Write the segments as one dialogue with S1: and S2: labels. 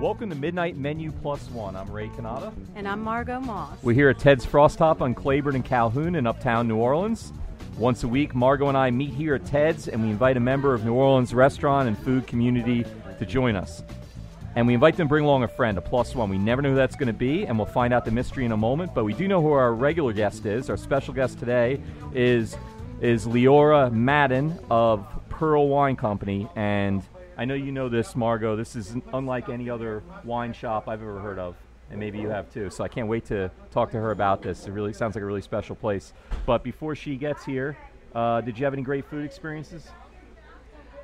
S1: Welcome to Midnight Menu Plus One. I'm Ray Canada.
S2: And I'm Margot Moss.
S1: We're here at Ted's Frost Top on Claiborne and Calhoun in Uptown New Orleans. Once a week, Margot and I meet here at Ted's and we invite a member of New Orleans restaurant and food community to join us. And we invite them to bring along a friend, a plus one. We never know who that's going to be, and we'll find out the mystery in a moment. But we do know who our regular guest is. Our special guest today is is Leora Madden of Pearl Wine Company. And I know you know this, Margot. This is unlike any other wine shop I've ever heard of, and maybe you have too. So I can't wait to talk to her about this. It really sounds like a really special place. But before she gets here, uh, did you have any great food experiences?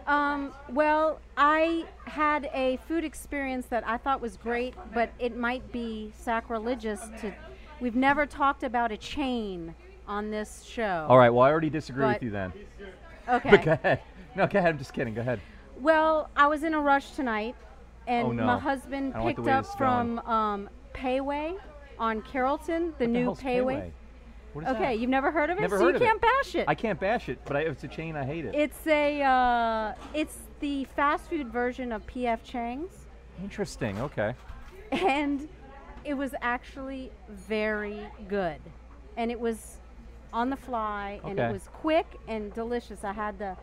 S2: Um, well, I had a food experience that I thought was great, but it might be sacrilegious to. We've never talked about a chain on this show.
S1: All right. Well, I already disagree
S2: But-
S1: with you then.
S2: Okay.
S1: But go ahead. No, go ahead. I'm just kidding. Go ahead.
S2: Well, I was in a rush tonight, and
S1: Oh, no.
S2: my husband
S1: I don't like the
S2: picked
S1: way
S2: up
S1: this is
S2: from um, Payway on Carrollton, the
S1: What the
S2: new
S1: hell's Payway? What is
S2: Okay,
S1: that?
S2: you've never heard of it,
S1: Never
S2: so
S1: heard
S2: you
S1: of it.
S2: can't bash it.
S1: I can't bash it, but I, if it's a chain. I hate it.
S2: It's a uh, it's the fast food version of PF Chang's,
S1: Interesting. Okay.
S2: and it was actually very good, and it was on the fly, and
S1: Okay.
S2: it was quick and delicious. I had the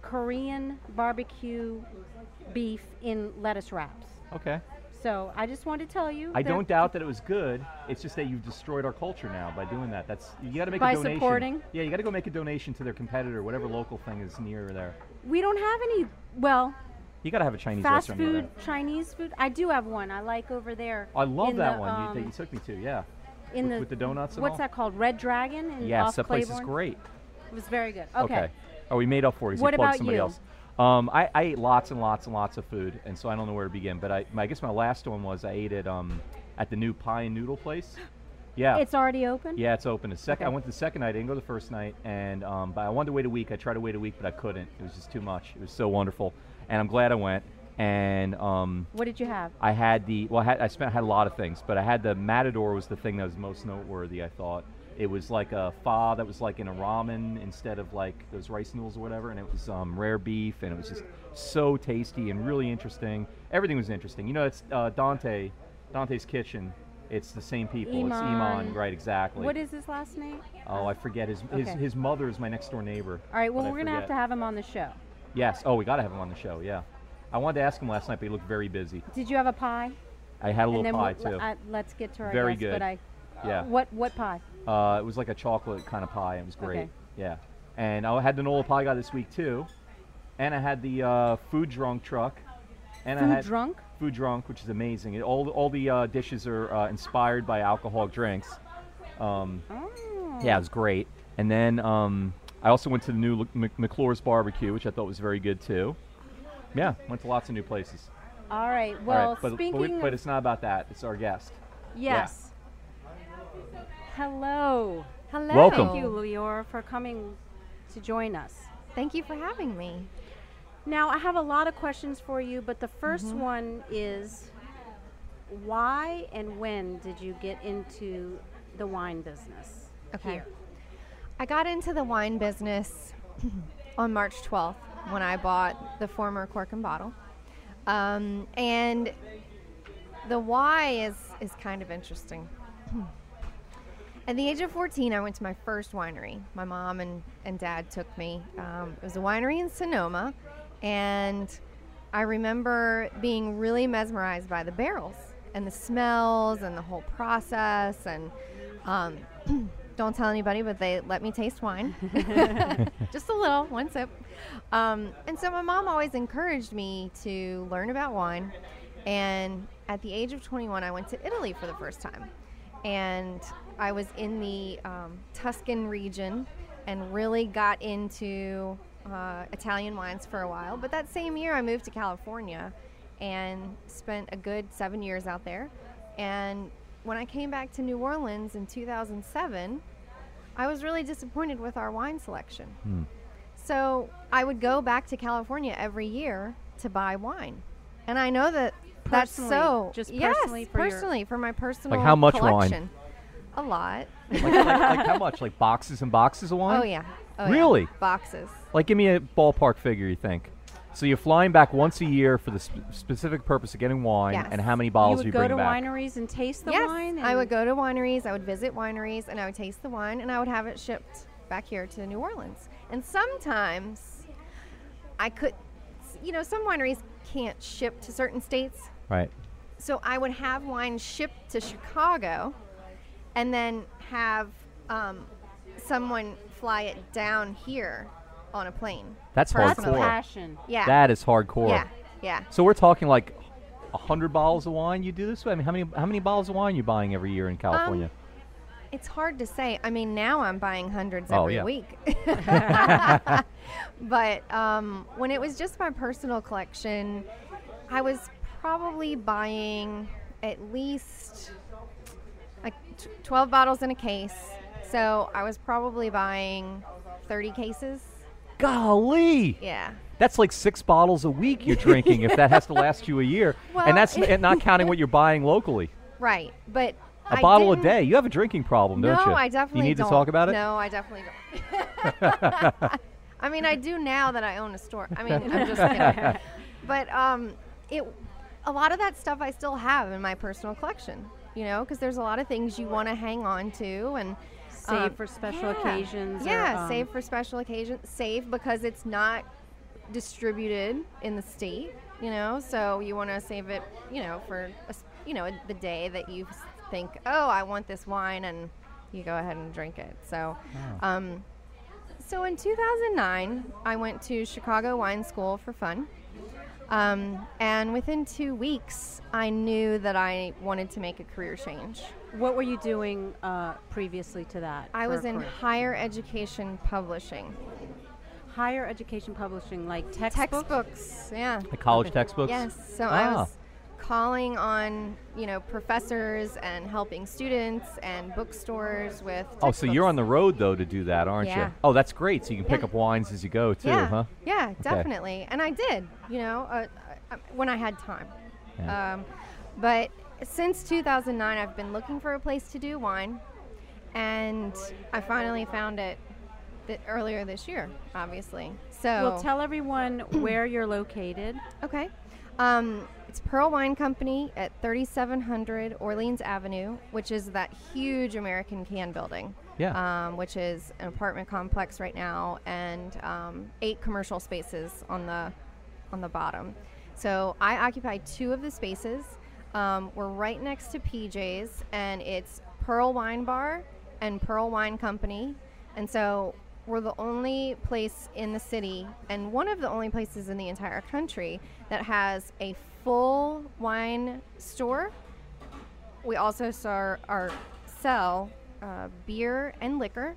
S2: Korean barbecue beef in lettuce wraps.
S1: Okay.
S2: So I just wanted to tell you.
S1: I
S2: that
S1: don't doubt that it was good. It's just that you've destroyed our culture now by doing that. That's you got to make
S2: By
S1: a donation.
S2: supporting?
S1: Yeah, you got to go make a donation to their competitor, whatever local thing is near there.
S2: we don't have any. Well,
S1: You got to have a Chinese
S2: fast
S1: restaurant near
S2: food,
S1: there.
S2: Chinese food. I do have one. I like over there.
S1: I love
S2: in
S1: that
S2: the,
S1: one you, that
S2: um,
S1: you took me to. Yeah.
S2: in
S1: with,
S2: the
S1: with the donuts and
S2: What's
S1: all.
S2: that called? Red Dragon. In
S1: Yes,
S2: off
S1: that place is
S2: Claiborne?
S1: great.
S2: It was very good. Okay.
S1: Oh, we made up for you. so
S2: What
S1: you plugged
S2: about
S1: somebody
S2: you?
S1: else. Um, I, I ate lots and lots and lots of food, and so I don't know where to begin. But I, my- I guess my last one was I ate at um, at the new pie and noodle place. Yeah.
S2: It's already open.
S1: yeah, it's open. The second I
S2: Okay.
S1: went the second night. I didn't go the first night, and um, but I wanted to wait a week. I tried to wait a week, but I couldn't. It was just too much. It was so wonderful, and I'm glad I went. And um,
S2: What did you have?
S1: I had the well, I had I spent I had a lot of things, but I had the matador was the thing that was most noteworthy. I thought it was like a pho that was like in a ramen instead of like those rice noodles or whatever, and it was um, rare beef, and it was just so tasty and really interesting. Everything was interesting. You know, it's uh, Dante, Dante's Kitchen. It's the same people. It's
S2: Iman.
S1: Iman, right? Exactly.
S2: What is his last name?
S1: Oh, I forget his his,
S2: Okay.
S1: his mother is my next door neighbor.
S2: All right. Well,
S1: but I
S2: we're gonna have
S1: forget.
S2: to have him on the show.
S1: Yes. Oh, we gotta have him on the show. Yeah. I wanted to ask him last night, but he looked very busy.
S2: Did you have a pie?
S1: I had a little
S2: and then
S1: pie
S2: we'll-
S1: too.
S2: I- let's get to our
S1: Very
S2: guest,
S1: good.
S2: But I,
S1: yeah.
S2: What what pie?
S1: Uh, it was like a chocolate kind of pie. It was great.
S2: Okay.
S1: Yeah. And I had the Nola pie guy this week too. And I had the uh, food drunk truck. And I
S2: Food
S1: had
S2: drunk?
S1: food drunk, which is amazing. It, all all the uh, dishes are uh, inspired by alcoholic drinks. Um,
S2: Oh.
S1: yeah, it was great. And then um, I also went to the new Mc- McClure's barbecue, which I thought was very good too. Yeah, went to lots of new places.
S2: All right.
S1: All right,
S2: Well,
S1: but,
S2: speaking
S1: but, we- but
S2: of
S1: it's not about that. It's our guest.
S2: Yes. Hello.
S3: Hello.
S1: Welcome.
S2: Thank you, Leora, for coming to join us.
S3: Thank you for having me.
S2: Now, I have a lot of questions for you, but the 1st
S1: Mm-hmm.
S2: one is why and when did you get into the wine business?
S3: Okay.
S2: Here.
S3: I got into the wine business on March 12th when I bought the former cork and bottle. Um, and the why is, is kind of interesting. At the age of 14, I went to my first winery. My mom and, and dad took me. Um, it was a winery in Sonoma, and I remember being really mesmerized by the barrels and the smells and the whole process. And um, don't tell anybody, but they let me taste wine just a little, one sip. Um, and so my mom always encouraged me to learn about wine. And at the age of 21, I went to Italy for the first time. And I was in the um, Tuscan region and really got into uh, Italian wines for a while. But that same year, I moved to California and spent a good seven years out there. And when I came back to New Orleans in 2007, I was really disappointed with our wine selection.
S1: Hmm.
S3: So I would go back to California every year to buy wine. And I know that That's
S2: personally?
S3: so.
S2: just
S3: yes,
S2: personally for your-
S3: personally for my personal.
S1: how much wine?
S3: collection. A lot.
S1: like, like, like how much? Like boxes and boxes of wine?
S3: Oh yeah. Oh, yeah.
S1: Really?
S3: Boxes.
S1: Like, give me a ballpark figure. You think? So you're flying back once a year for the sp- specific purpose of getting wine,
S3: Yes.
S1: and how many
S2: you
S1: bottles
S2: would
S1: you
S2: go
S1: bring
S2: to
S1: back?
S2: wineries and taste the
S3: yes.
S2: wine.
S3: I would
S2: and-
S3: go to wineries. I would visit wineries, and I would taste the wine, and I would have it shipped back here to New Orleans. And sometimes, I could, you know, some wineries can't ship to certain states.
S1: Right.
S3: So I would have wine shipped to Chicago and then have um, someone fly it down here on a plane.
S1: That's
S2: That's
S1: hardcore.
S2: passion.
S3: Yeah.
S1: That is hardcore.
S3: yeah. Yeah.
S1: So we're talking like a hundred bottles of wine you do this way. I mean, how many how many bottles of wine you buying every
S3: Um,
S1: year in California?
S3: It's hard to say. I mean, now I'm buying hundreds
S1: Oh,
S3: every
S1: yeah.
S3: week. but um, when it was just my personal collection, I was probably buying at least like t- 12 bottles in a case. So I was probably buying 30 cases.
S1: Golly,
S3: Yeah.
S1: that's like six bottles a week you're drinking if that has to last you a year,
S3: Well,
S1: and that's n- not counting what you're buying locally.
S3: Right. But
S1: A
S3: I
S1: bottle a
S3: didn't-
S1: day. You have a drinking problem,
S3: No,
S1: don't you?
S3: I definitely
S1: You need
S3: don't.
S1: to talk about it.
S3: No, I definitely don't. I mean, I do now that I own a store. I mean, I'm just kidding. But um, it, a lot of that stuff I still have in my personal collection. You know, because there's a lot of things you want to hang on to and
S2: Save
S3: um,
S2: for special
S3: yeah.
S2: occasions or,
S3: Yeah,
S2: um,
S3: save for special occasions. Save because it's not distributed in the state. You know, so you want to save it. You know, for a s you know the day that you s- think, oh, I want this wine, and you go ahead and drink it. So, um, so in 2009, I went to Chicago Wine School for fun. Um, and within two weeks, I knew that I wanted to make a career change.
S2: What were you doing uh, previously to that?
S3: I
S2: for
S3: was
S2: a
S3: in
S2: career?
S3: higher education publishing.
S2: higher education publishing, like textbooks.
S3: Textbooks, yeah.
S1: The college textbooks.
S3: Yes. So
S1: Ah.
S3: I was calling on, you know, professors and helping students and bookstores with
S1: Oh, so you're on the road though to do that, aren't
S3: Yeah.
S1: you? Oh, that's great. So you can pick
S3: Yeah.
S1: up wines as you go too,
S3: yeah,
S1: huh?
S3: Yeah, definitely. And I did, you know, uh, uh, when I had time.
S1: Yeah.
S3: Um, but since 2009, I've been looking for a place to do wine, and I finally found it th- earlier this year, obviously. So
S2: Well, tell everyone where you're located.
S3: Okay. Um, it's Pearl Wine Company at 3700 Orleans Avenue, which is that huge American Can building.
S1: Yeah.
S3: Um, which is an apartment complex right now, and um, eight commercial spaces on the on the bottom. So I occupy two of the spaces. Um, we're right next to PJ's, and it's Pearl Wine Bar and Pearl Wine Company. And so we're the only place in the city, and one of the only places in the entire country that has a full wine store. We also sell our sell uh, beer and liquor,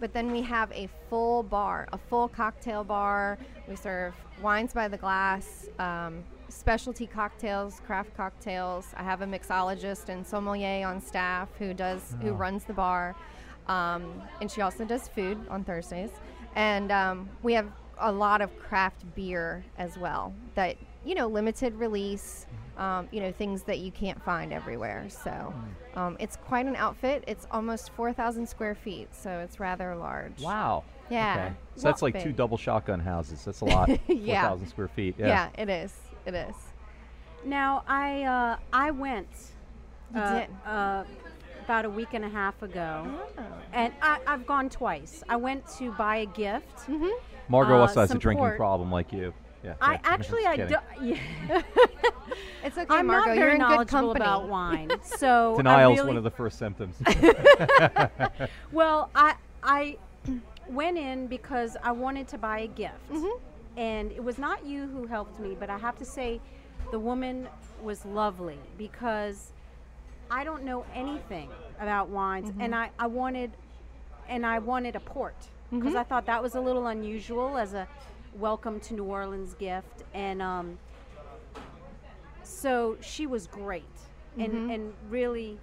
S3: but then we have a full bar, a full cocktail bar. We serve wines by the glass, um, specialty cocktails, craft cocktails. I have a mixologist and sommelier on staff who does who runs the bar, um, and she also does food on Thursdays. And um, we have a lot of craft beer as well that you know limited release um, you know things that you can't find everywhere so um, it's quite an outfit it's almost 4000 square feet so it's rather large
S1: Wow.
S3: Yeah.
S1: Okay. So that's like two
S3: Whopping.
S1: double shotgun houses. That's a lot.
S3: Yeah.
S1: 4,000 square feet.
S3: yeah. it is it is
S2: Now, I uh, I went
S3: You
S2: uh,
S3: did.
S2: uh, about a week and a half ago, and I, I've gone twice. I went to buy a gift.
S1: Margot
S2: Uh,
S1: also has a
S2: some
S1: drinking
S2: port.
S1: problem like you. Yeah.
S2: I
S1: yeah.
S2: actually
S1: Just
S2: I
S1: kidding.
S2: don't. Yeah.
S3: it's okay
S2: I'm
S3: margo
S2: not
S3: you're
S2: very
S3: in good
S2: knowledgeable
S3: company
S2: about wine, so I
S1: Denial's
S2: really-
S1: one of the first symptoms.
S2: Well, I I went in because I wanted to buy a gift, and it was not you who helped me, but I have to say, the woman was lovely because I don't know anything about wines, and I I wanted and I wanted a port because I thought that was a little unusual as a welcome to New Orleans gift, and um, so she was great and and really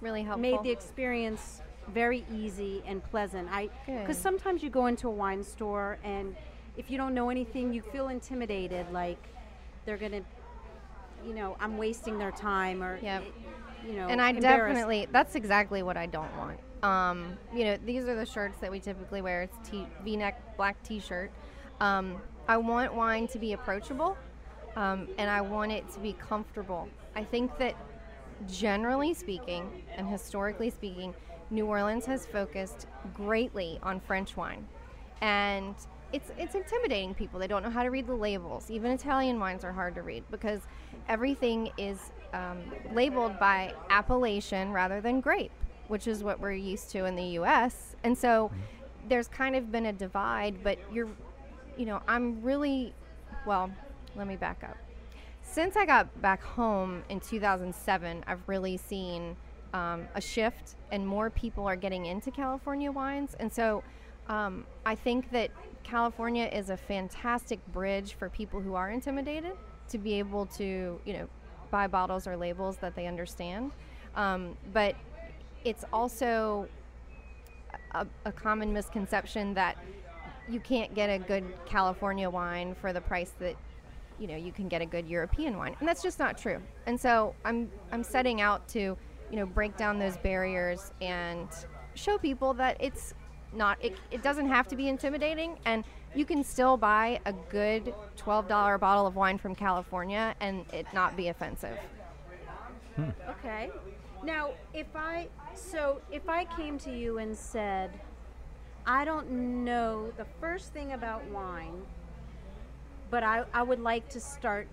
S3: really helpful
S2: made the experience very easy and pleasant. I
S3: Good.
S2: because sometimes you go into a wine store and if you don't know anything, you feel intimidated, like they're gonna you know, I'm wasting their time or,
S3: Yep.
S2: you know,
S3: and I
S2: embarrassed.
S3: definitely that's exactly what I don't want. Um, you know, these are the shirts that we typically wear. It's t- V-neck black T-shirt. Um, I want wine to be approachable, um, and I want it to be comfortable. I think that generally speaking and historically speaking, New Orleans has focused greatly on French wine, and it's it's intimidating people. They don't know how to read the labels. Even Italian wines are hard to read because everything is um, labeled by appellation rather than grape, which is what we're used to in the U.S. And so there's kind of been a divide. But you're, you know, I'm really, well, let me back up since I got back home in 2007, I've really seen um, a shift, and more people are getting into California wines. And so um, I think that California is a fantastic bridge for people who are intimidated to be able to, you know, buy bottles or labels that they understand. Um, but it's also a, a common misconception that you can't get a good California wine for the price that you know you can get a good European wine, and that's just not true. And so I'm I'm setting out to you know break down those barriers and show people that it's not it, it doesn't have to be intimidating and you can still buy a good $12 bottle of wine from California and it not be offensive.
S2: Okay. Now, if I so if I came to you and said, I don't know the first thing about wine, but I, I would like to start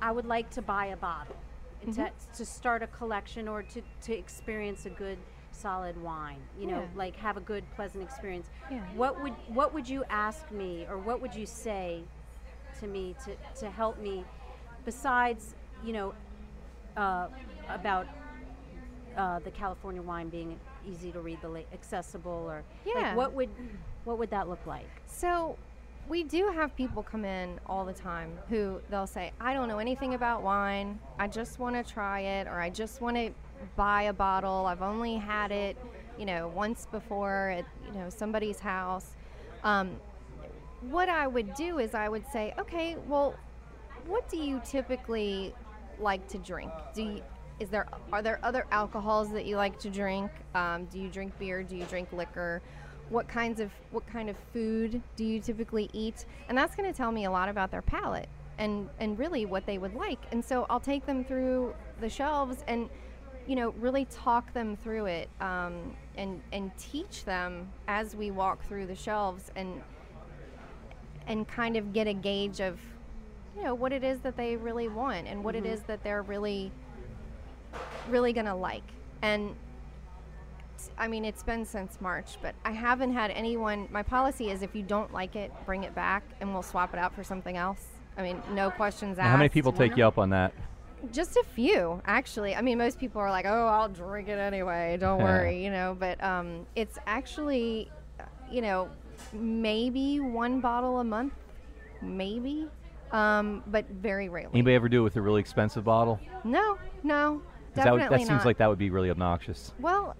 S2: I would like to buy a bottle
S3: Mm-hmm.
S2: to, to start a collection or to, to experience a good solid wine you know
S3: Yeah.
S2: like have a good pleasant experience
S3: Yeah.
S2: what would what would you ask me or what would you say to me to, to help me besides you know uh, about uh, the California wine being easy to read, the la- accessible, or
S3: Yeah.
S2: like what would what would that look like?
S3: So we do have people come in all the time who they'll say, I don't know anything about wine. I just want to try it or I just want to buy a bottle. I've only had it, you know, once before at, you know, somebody's house. Um, what I would do is I would say, okay, well, what do you typically like to drink? Do you, is there are there other alcohols that you like to drink? Um, do you drink beer? Do you drink liquor? What kinds of what kind of food do you typically eat? And that's going to tell me a lot about their palate and and really what they would like. And so I'll take them through the shelves and you know really talk them through it um, and and teach them as we walk through the shelves and and kind of get a gauge of you know what it is that they really want and what it
S1: Mm-hmm.
S3: is that they're really really gonna like and s- i mean it's been since march but i haven't had anyone my policy is if you don't like it bring it back and we'll swap it out for something else i mean no questions asked
S1: Now, how many people take you up on that?
S3: just a few actually i mean most people are like oh i'll drink it anyway don't worry you know but um, it's actually uh, you know maybe one bottle a month maybe um, but very rarely
S1: Anybody ever do it with a really expensive bottle? 'Cause
S3: no no
S1: that would-
S3: definitely
S1: that
S3: not
S1: seems like that would be really obnoxious,
S3: well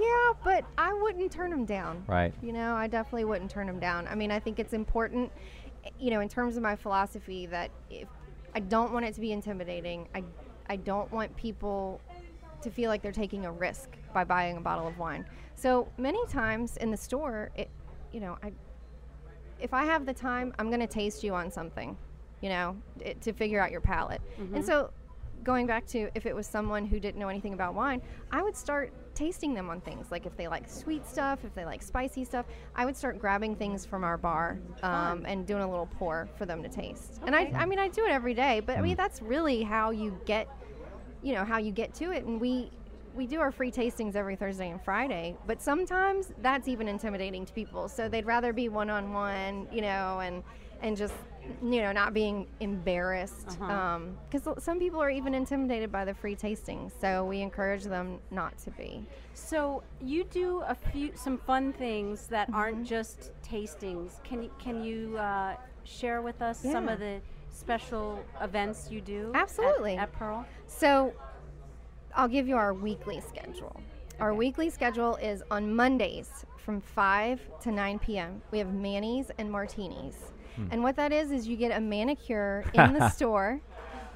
S3: yeah but i wouldn't turn them down
S1: right?
S3: you know, I definitely wouldn't turn them down. I mean, I think it's important, you know, in terms of my philosophy that if I don't want it to be intimidating, I, I don't want people to feel like they're taking a risk by buying a bottle of wine. So many times in the store, it, you know, I, if I have the time, I'm going to taste you on something, you know, it, to figure out your palate. And so, going back to if it was someone who didn't know anything about wine, I would start tasting them on things like if they like sweet stuff, if they like spicy stuff, I would start grabbing things from our bar um, and doing a little pour for them to taste. And I, I mean, I do it every day, but I mean, that's really how you get, you know, how you get to it. And we, we do our free tastings every Thursday and Friday, but sometimes that's even intimidating to people. So they'd rather be one on one, you know, and and just you know not being embarrassed because some people are even intimidated by the free tastings. So we encourage them not to be.
S2: So you do a few some fun things that aren't just tastings. Can y- can you uh, share with us some
S3: Yeah.
S2: of the special events you do? at-
S3: Absolutely.
S2: at, Pearl.
S3: So I'll give you our weekly schedule. Our weekly schedule is on Mondays from 5 to 9 p.m. We have
S1: Hmm.
S3: manis and martinis. And what that is, is you get a manicure in the store.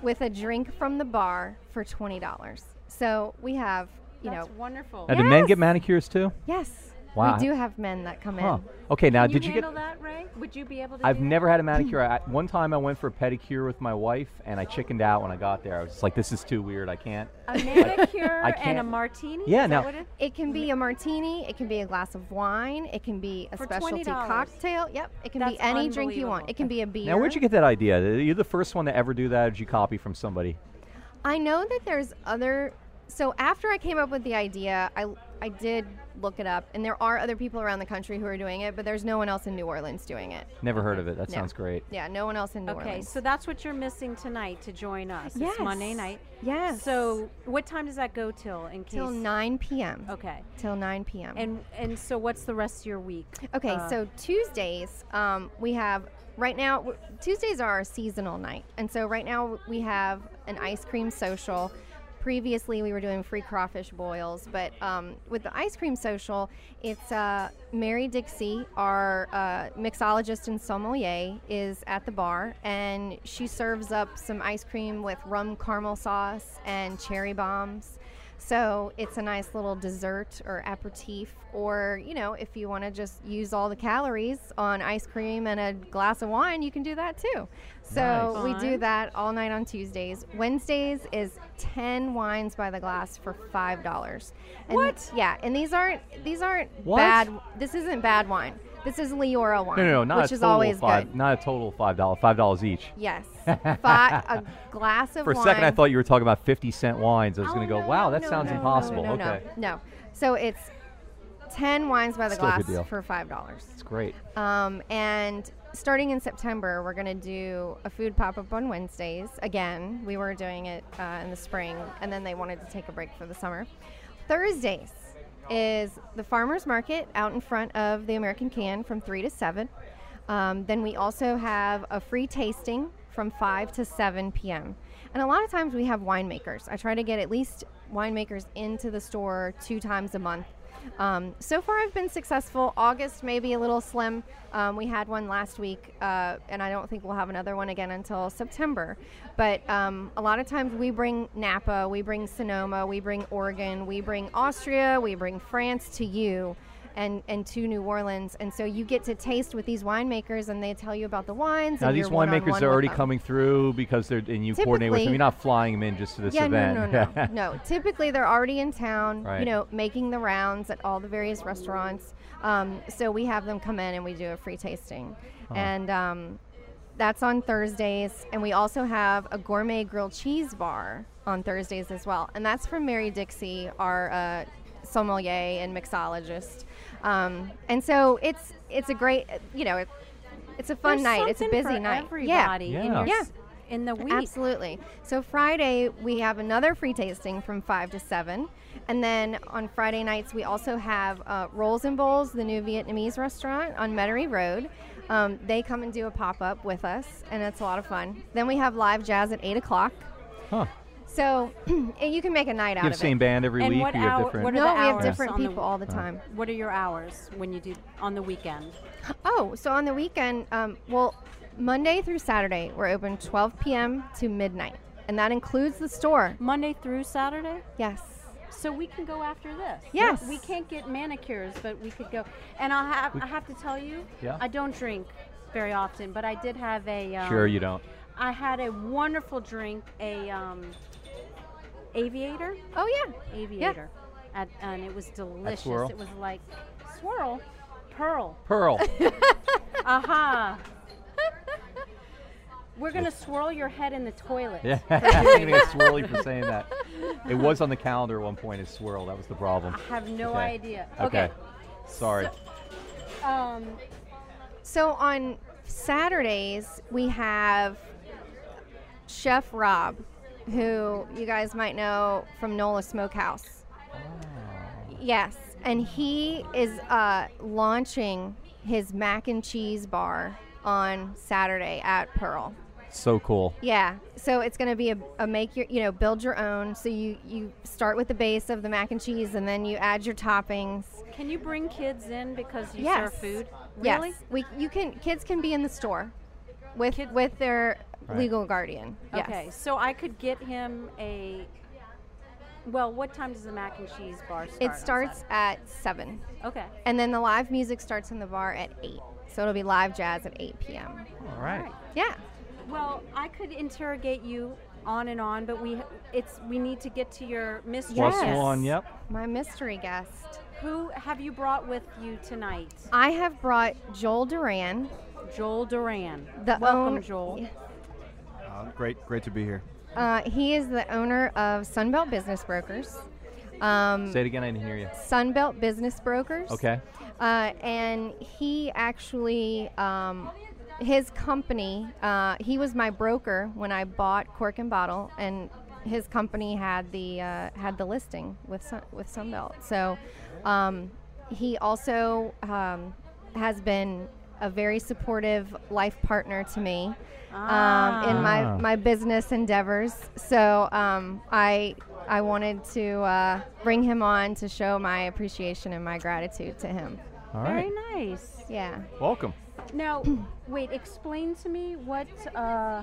S3: with a drink from the bar for twenty dollars. So we have, you
S2: That's
S3: know,
S2: wonderful.
S1: Now, do men
S3: Yes.
S1: get manicures too?
S3: yes,
S1: Wow.
S3: we do have men that come
S1: Huh.
S3: in.
S1: Okay, now
S2: Can
S1: Uh, did
S2: you
S1: you get?
S2: handle that, Ray? Would you be able to?
S1: I've
S2: do that?
S1: never had a manicure. I, one time I went for a pedicure with my wife, and I chickened out when I got there. I was just like, "This is too weird. I can't."
S2: a manicure
S1: I
S2: and a
S1: can't-
S2: martini.
S1: Yeah,
S2: Is that
S1: now-
S2: what it-
S3: It can be a martini. It can be a glass of wine. It can be a
S2: For $20.
S3: specialty cocktail. Yep. It can
S2: That's
S3: be any drink you want.
S2: unbelievable.
S3: It can be a beer.
S1: Now, where'd you get that idea? Are you the first one to ever do that, or did you copy from somebody?
S3: I know that there's other. So after I came up with the idea, I I did look it up, and there are other people around the country who are doing it, but there's no one else in New Orleans doing it.
S1: Never heard of it. That
S3: No.
S1: sounds great.
S3: Yeah, no one else in New
S2: okay,
S3: Orleans.
S2: so that's what you're missing tonight to join us.
S3: Yes.
S2: It's Monday night.
S3: Yes.
S2: So what time does that go till? In case.
S3: till 9 p.m.
S2: Okay.
S3: Till 9 p.m.
S2: And and so what's the rest of your week?
S3: okay,
S2: Uh,
S3: so Tuesdays um, we have right now w- Tuesdays are our seasonal night, and so right now we have an ice cream social. Previously, we were doing free crawfish boils, but um, with the ice cream social, it's uh, Mary Dixie, our uh, mixologist and sommelier, is at the bar, and she serves up some ice cream with rum caramel sauce and cherry bombs. So it's a nice little dessert or aperitif, or you know, if you want to just use all the calories on ice cream and a glass of wine, you can do that too. So
S1: Nice.
S3: we do
S2: Fun.
S3: that all night on Tuesdays. Wednesdays is ten wines by the glass for five dollars.
S2: What?
S3: Yeah, and these aren't these aren't
S1: What?
S3: bad. This isn't bad wine. This is Leora wine,
S1: No, no, no, not
S3: which
S1: a
S3: is
S1: total
S3: always
S1: of five.
S3: good.
S1: Not a total of five dollars. Five dollars each.
S3: Yes, five, a glass of
S1: For a
S3: wine.
S1: second, I thought you were talking about fifty cent wines. I was
S2: Oh,
S1: going to go,
S2: no,
S1: "Wow,
S2: no,
S1: that
S2: no,
S1: sounds
S2: no, no,
S1: impossible."
S3: No, no,
S1: okay,
S3: no. So it's ten wines by the
S1: Still a good deal.
S3: glass for five dollars.
S1: it's great.
S3: Um, and starting in September, we're gonna do a food pop up on Wednesdays again. We were doing it uh, in the spring, and then they wanted to take a break for the summer. Thursdays is the farmers market out in front of the American Can from three to seven. Um, then we also have a free tasting from 5 to 7 p.m. And a lot of times we have winemakers. I try to get at least winemakers into the store two times a month. Um, so far, I've been successful. August may be a little slim. Um, we had one last week, uh, and I don't think we'll have another one again until September. But um, a lot of times we bring Napa, we bring Sonoma, we bring Oregon, we bring Austria, we bring France to you and and to New Orleans. And so you get to taste with these winemakers, and they tell you about the wines.
S1: Now
S3: and
S1: these
S3: you're one-on-one
S1: winemakers
S3: with
S1: are already
S3: them.
S1: coming through because they're and you coordinate with them.
S3: Typically-
S1: You're not flying them in just to this
S3: Yeah, no,
S1: event.
S3: no, no, no. no. Typically, they're already in town.
S1: Right.
S3: You know, making the rounds at all the various restaurants. Um, so we have them come in, and we do a free tasting,
S1: Uh-huh.
S3: and. Um, that's on Thursdays, and we also have a gourmet grilled cheese bar on Thursdays as well, and that's from Mary Dixie, our uh, sommelier and mixologist. Um, and so it's it's a great, you know, it, it's a
S2: There's
S3: fun night. It's a
S2: something
S3: busy
S2: for
S3: night.
S2: Everybody In,
S1: Yeah.
S2: your
S3: Yeah.
S2: s- in the week.
S3: Absolutely. So Friday we have another free tasting from five to seven, and then on Friday nights we also have uh, Rolls and Bowls, the new Vietnamese restaurant on Metairie Road. Um, they come and do a pop up with us, and it's a lot of fun. Then we have live jazz at eight o'clock.
S1: Huh.
S3: So and you can make a night out
S1: You have
S3: of
S1: same
S3: it.
S1: band every
S2: And
S1: week.
S2: what
S1: or you have
S2: hour-
S1: different.
S2: what are
S3: No,
S2: the
S3: we have
S2: hours
S3: different
S2: on the-
S3: people all the time.
S2: What are your hours when you do on the weekend?
S3: Oh, so on the weekend, um, well, Monday through Saturday we're open 12 p.m. to midnight, and that includes the store.
S2: Monday through Saturday?
S3: Yes.
S2: So we can go after this.
S3: Yes.
S2: We can't get manicures, but we could go. And I'll have I have to tell you,
S1: Yeah.
S2: I don't drink very often, but I did have a um,
S1: Sure, you don't.
S2: I had a wonderful drink, a um, aviator,
S3: Oh yeah.
S2: aviator, at, and it was delicious.
S1: swirl?
S2: It was like swirl, pearl.
S1: Pearl.
S2: Aha. We're gonna swirl your head in the toilet.
S1: Yeah, I'm gonna get swirly for saying that. It was on the calendar at one point as swirl. That was the problem.
S2: I have no
S1: Okay.
S2: idea.
S1: Okay. Sorry.
S2: Um,
S3: So on Saturdays we have Chef Rob, who you guys might know from Nola Smokehouse. Yes, and he is uh, launching his mac and cheese bar on Saturday at Pearl.
S1: So cool.
S3: Yeah. So it's going to be a, a make your, you know, build your own. So you you start with the base of the mac and cheese, and then you add your toppings.
S2: can you bring kids in because you serve
S3: Yes.
S2: food?
S3: Yes.
S2: Really?
S3: We you can kids can be in the store with
S2: Kids-
S3: with their
S1: Right.
S3: legal guardian. Yes.
S2: Okay, so I could get him a. Well, what time does the mac and cheese bar start?
S3: It
S2: on
S3: starts at seven,
S2: Saturday? Okay.
S3: and then the live music starts in the bar at eight. So it'll be live jazz at eight p.m.
S1: All right.
S3: Yeah.
S2: Well, I could interrogate you on and on, but we it's we need to get to your mistress.
S1: What's
S3: Yes.
S1: on? Yep.
S3: My mystery guest.
S2: Who have you brought with you tonight?
S3: I have brought Joel Duran.
S2: Joel Duran.
S3: The
S2: Welcome,
S3: own-
S2: Joel.
S4: Uh, great, great to be here.
S3: Uh, he is the owner of Sunbelt Business Brokers. Um,
S1: Say it again. I didn't hear you.
S3: Sunbelt Business Brokers.
S1: Okay.
S3: Uh, and he actually, um, his company, uh, he was my broker when I bought Cork and Bottle, and his company had the uh, had the listing with Sun, with Sunbelt. So um, he also um, has been a very supportive life partner to me um, in
S1: Ah.
S3: my, my business endeavors. So um, I I wanted to uh, bring him on to show my appreciation and my gratitude to him.
S1: All
S2: Very
S1: right.
S2: nice.
S3: Yeah.
S1: Welcome.
S2: Now, wait. Explain to me what uh,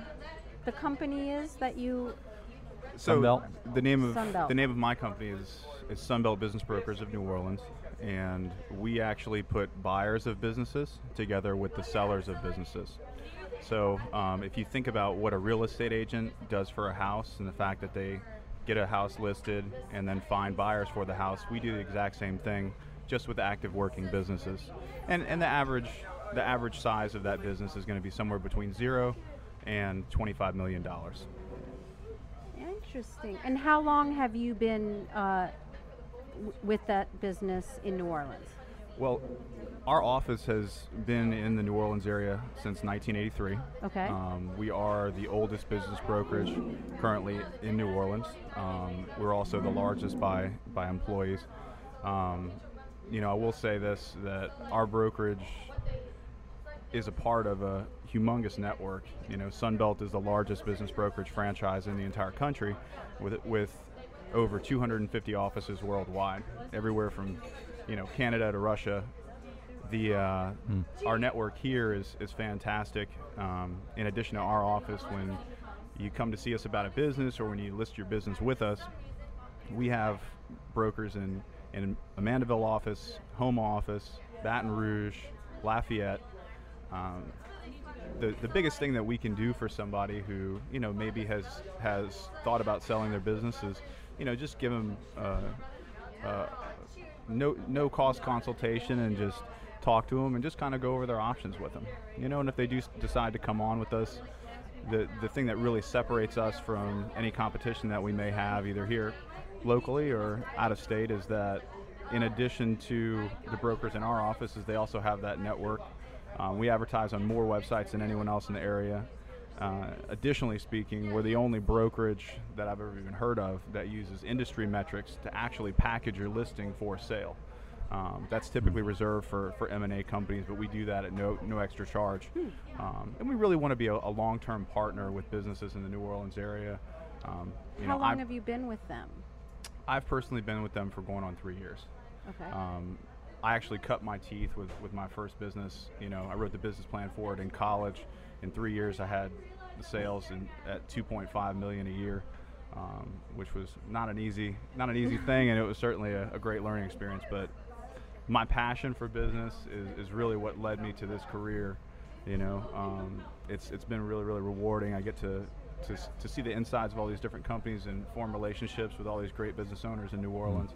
S2: the company is that you.
S4: So
S1: Sunbelt?
S4: the name of
S2: Sunbelt.
S4: the name of my company is is Sunbelt Business Brokers of New Orleans, and we actually put buyers of businesses together with the sellers of businesses. So um, if you think about what a real estate agent does for a house and the fact that they get a house listed and then find buyers for the house, we do the exact same thing, just with active working businesses. And and the average the average size of that business is going to be somewhere between zero and twenty five million dollars.
S2: Interesting. And how long have you been uh, w- with that business in New Orleans?
S4: Well, our office has been in the New Orleans area since 1983.
S2: Okay.
S4: Um, we are the oldest business brokerage currently in New Orleans. Um, we're also the largest by by employees. Um, you know, I will say this: that our brokerage is a part of a humongous network. You know, Sunbelt is the largest business brokerage franchise in the entire country, with with over 250 offices worldwide, everywhere from you know Canada to Russia. The uh, our network here is is fantastic. Um, in addition to our office, when you come to see us about a business or when you list your business with us, we have brokers in in Amandaville office, home office, Baton Rouge, Lafayette. Um, the, the biggest thing that we can do for somebody who you know maybe has has thought about selling their business is you know just give them uh, uh, no no cost consultation and just talk to them and just kind of go over their options with them you know and if they do s- decide to come on with us the the thing that really separates us from any competition that we may have either here locally or out of state is that in addition to the brokers in our offices they also have that network um, we advertise on more websites than anyone else in the area uh, additionally speaking, we're the only brokerage that I've ever even heard of that uses industry metrics to actually package your listing for sale. Um, that's typically
S2: Hmm.
S4: reserved for, for M&A companies, but we do that at no, no extra charge.
S2: Hmm.
S4: Um, and we really want to be a, a long-term partner with businesses in the New Orleans area. Um, you
S2: how
S4: know,
S2: long
S4: I've,
S2: have you been with them?
S4: I've personally been with them for going on three years.
S2: Okay.
S4: Um, I actually cut my teeth with, with my first business. You know, I wrote the business plan for it in college. In three years, I had the sales in, at 2.5 million a year, um, which was not an easy not an easy thing, and it was certainly a, a great learning experience. But my passion for business is, is really what led me to this career. You know, um, it's it's been really really rewarding. I get to, to s- to see the insides of all these different companies and form relationships with all these great business owners in New Orleans,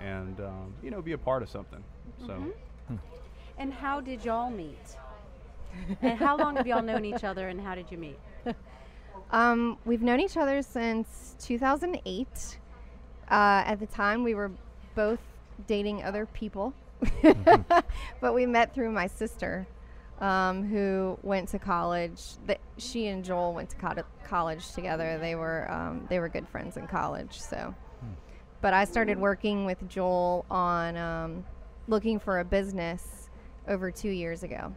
S4: and um, you know, be a part of something. So.
S2: and how did y'all meet? and how long have y'all known each other? And how did you meet?
S3: Um, we've known each other since 2008. Uh, at the time, we were both dating other people, but we met through my sister, um, who went to college. Th- she and Joel went to cod- college together. They were um, they were good friends in college. So, but I started working with Joel on um, looking for a business over two years ago.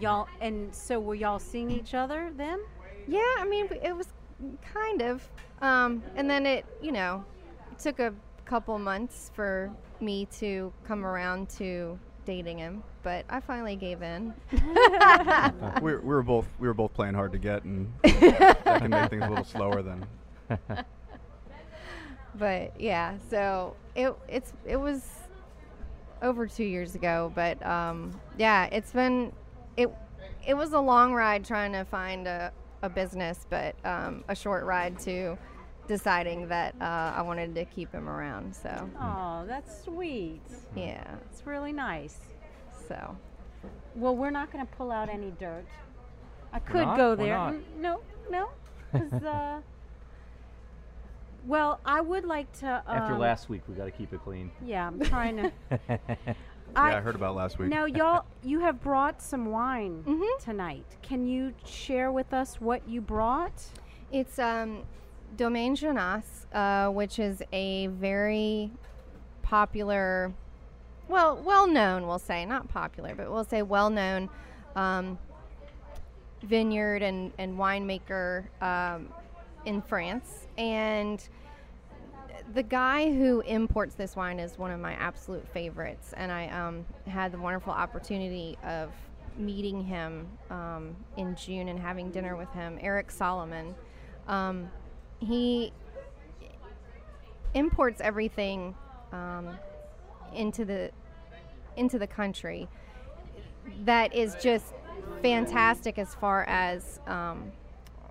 S2: Y'all and so were y'all seeing each other then?
S3: Yeah, I mean, it was kind of. Um, and then it, you know, it took a couple months for me to come around to dating him, but I finally gave in.
S4: we, were, we were both we were both playing hard to get, and that can make things a little slower than.
S3: but yeah, so it it's it was over two years ago, but um, yeah, it's been it it was a long ride trying to find a, a business, but um, a short ride to deciding that uh, I wanted to keep him around. So
S2: Oh, that's sweet.
S3: yeah,
S2: It's really nice.
S3: so
S2: Well, we're not going to pull out any dirt. I could
S1: not?
S2: go
S1: Why
S2: there.
S1: not?
S2: N- No, no. 'cause, uh, well, I would like to. Um,
S1: After last week, we got to keep it clean.
S2: Yeah, I'm trying to.
S4: yeah, I heard about last week.
S2: Now, y'all, you have brought some wine
S1: Mm-hmm.
S2: tonight. Can you share with us what you brought?
S3: It's um, Domaine Jonas, uh, which is a very popular, well, well known, we'll say, not popular, but we'll say well known um, vineyard and, and winemaker um, in France. And the guy who imports this wine is one of my absolute favorites, and I um, had the wonderful opportunity of meeting him um, in June and having dinner with him, Eric Solomon. Um, he imports everything um, into the into the country that is just fantastic as far as um,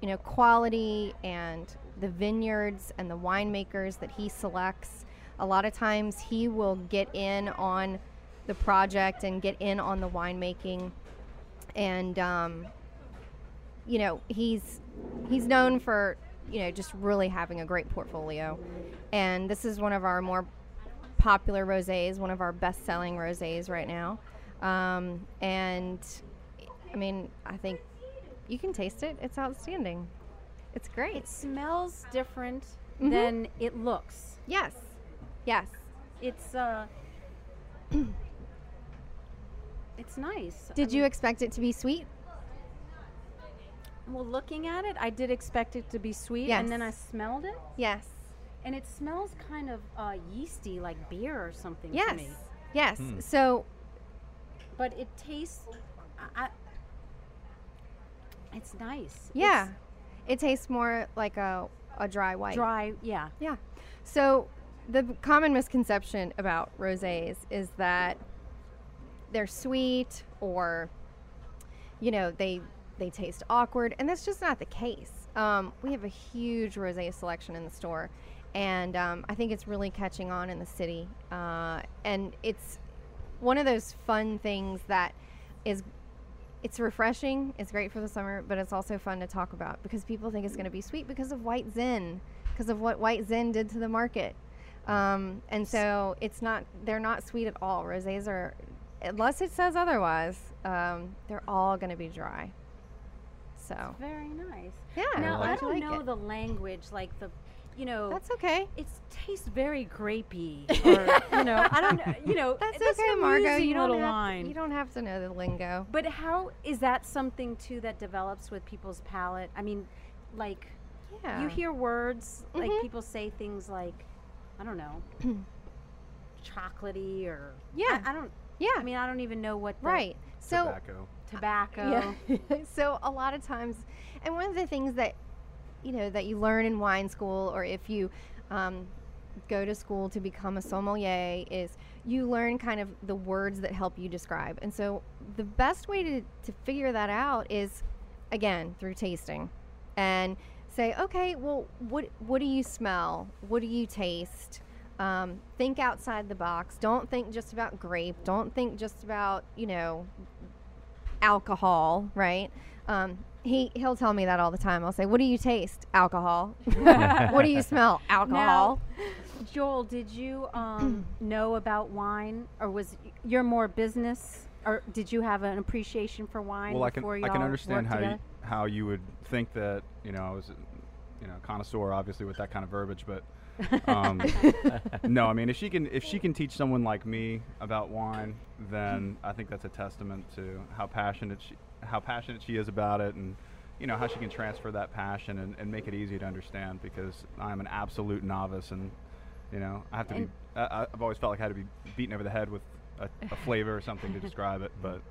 S3: you know quality and the vineyards and the winemakers that he selects. A lot of times he will get in on the project and get in on the winemaking, and um, you know he's he's known for you know just really having a great portfolio, and this is one of our more popular rosés, one of our best-selling rosés right now, um, and I mean I think you can taste it. It's outstanding. It's great.
S2: It smells different
S3: Mm-hmm.
S2: than it looks.
S3: yes, yes.
S2: It's uh, it's nice.
S3: Did you expect it to be sweet?
S2: Well, looking at it, I did expect it to be sweet, and then I
S3: Yes.
S2: smelled it,
S3: Yes.
S2: and it smells kind of uh, yeasty, like beer or something to
S3: Yes.
S2: me.
S3: Yes. So
S2: But it tastes, I, I, it's nice.
S3: yeah, it tastes more like a, a dry white.
S2: it's dry. Yeah,
S3: Yeah. So the b- common misconception about rosés is that they're sweet or you know, they they taste awkward and that's just not the case. Um, we have a huge rosé selection in the store and um, I think it's really catching on in the city. Uh, and it's one of those fun things that is it's refreshing. It's great for the summer, but it's also fun to talk about because people think it's going to be sweet because of White Zen, because of what White Zen did to the market. Um, and so it's not, they're not sweet at all. Rosés are, unless it says otherwise, um, they're all going to be dry. So,
S2: very nice.
S3: Oh. yeah.
S2: Now
S1: I
S2: I
S1: like
S2: don't know
S3: it.
S2: the language, like the, you know,
S3: That's okay.
S2: it tastes very grapey. Or, you know, I don't. You know,
S3: That's,
S2: that's an
S3: okay, Margot.
S2: amusing
S3: You don't,
S2: little
S3: have,
S2: line.
S3: you don't have to know the lingo.
S2: But how is that something too that develops with people's palate? I mean, like
S3: Yeah.
S2: you hear words like
S3: Mhm.
S2: people say things like, I don't know, chocolatey or
S3: Yeah.
S2: I, I don't.
S3: yeah.
S2: I mean, I don't even know what the
S3: right. So,
S4: Tobacco.
S2: tobacco.
S3: Yeah. so a lot of times, and one of the things that you know that you learn in wine school, or if you um, go to school to become a sommelier, is you learn kind of the words that help you describe. And so the best way to, to figure that out is again through tasting, and say, okay, well, what what do you smell? What do you taste? Um, think outside the box. Don't think just about grape. Don't think just about you know alcohol, right? Um, he he'll tell me that all the time. I'll say, "What do you taste? Alcohol. what do you smell? Alcohol."
S2: Joel, did you um, know about wine, or was y- you're more business, or did you have an appreciation for wine
S4: Well, I can
S2: before
S4: I
S2: y'all
S4: can understand
S2: worked
S4: how you,
S2: together?
S4: how you would think that you know I was you know a connoisseur obviously with that kind of verbiage, but um, no, I mean if she can if she can teach someone like me about wine, then I think that's a testament to how passionate she how passionate she is about it and. You know how she can transfer that passion and, and make it easy to understand because I'm an absolute novice and you know I have to be I, I- I've always felt like I had to be beaten over the head with a, a flavor or something to describe it, but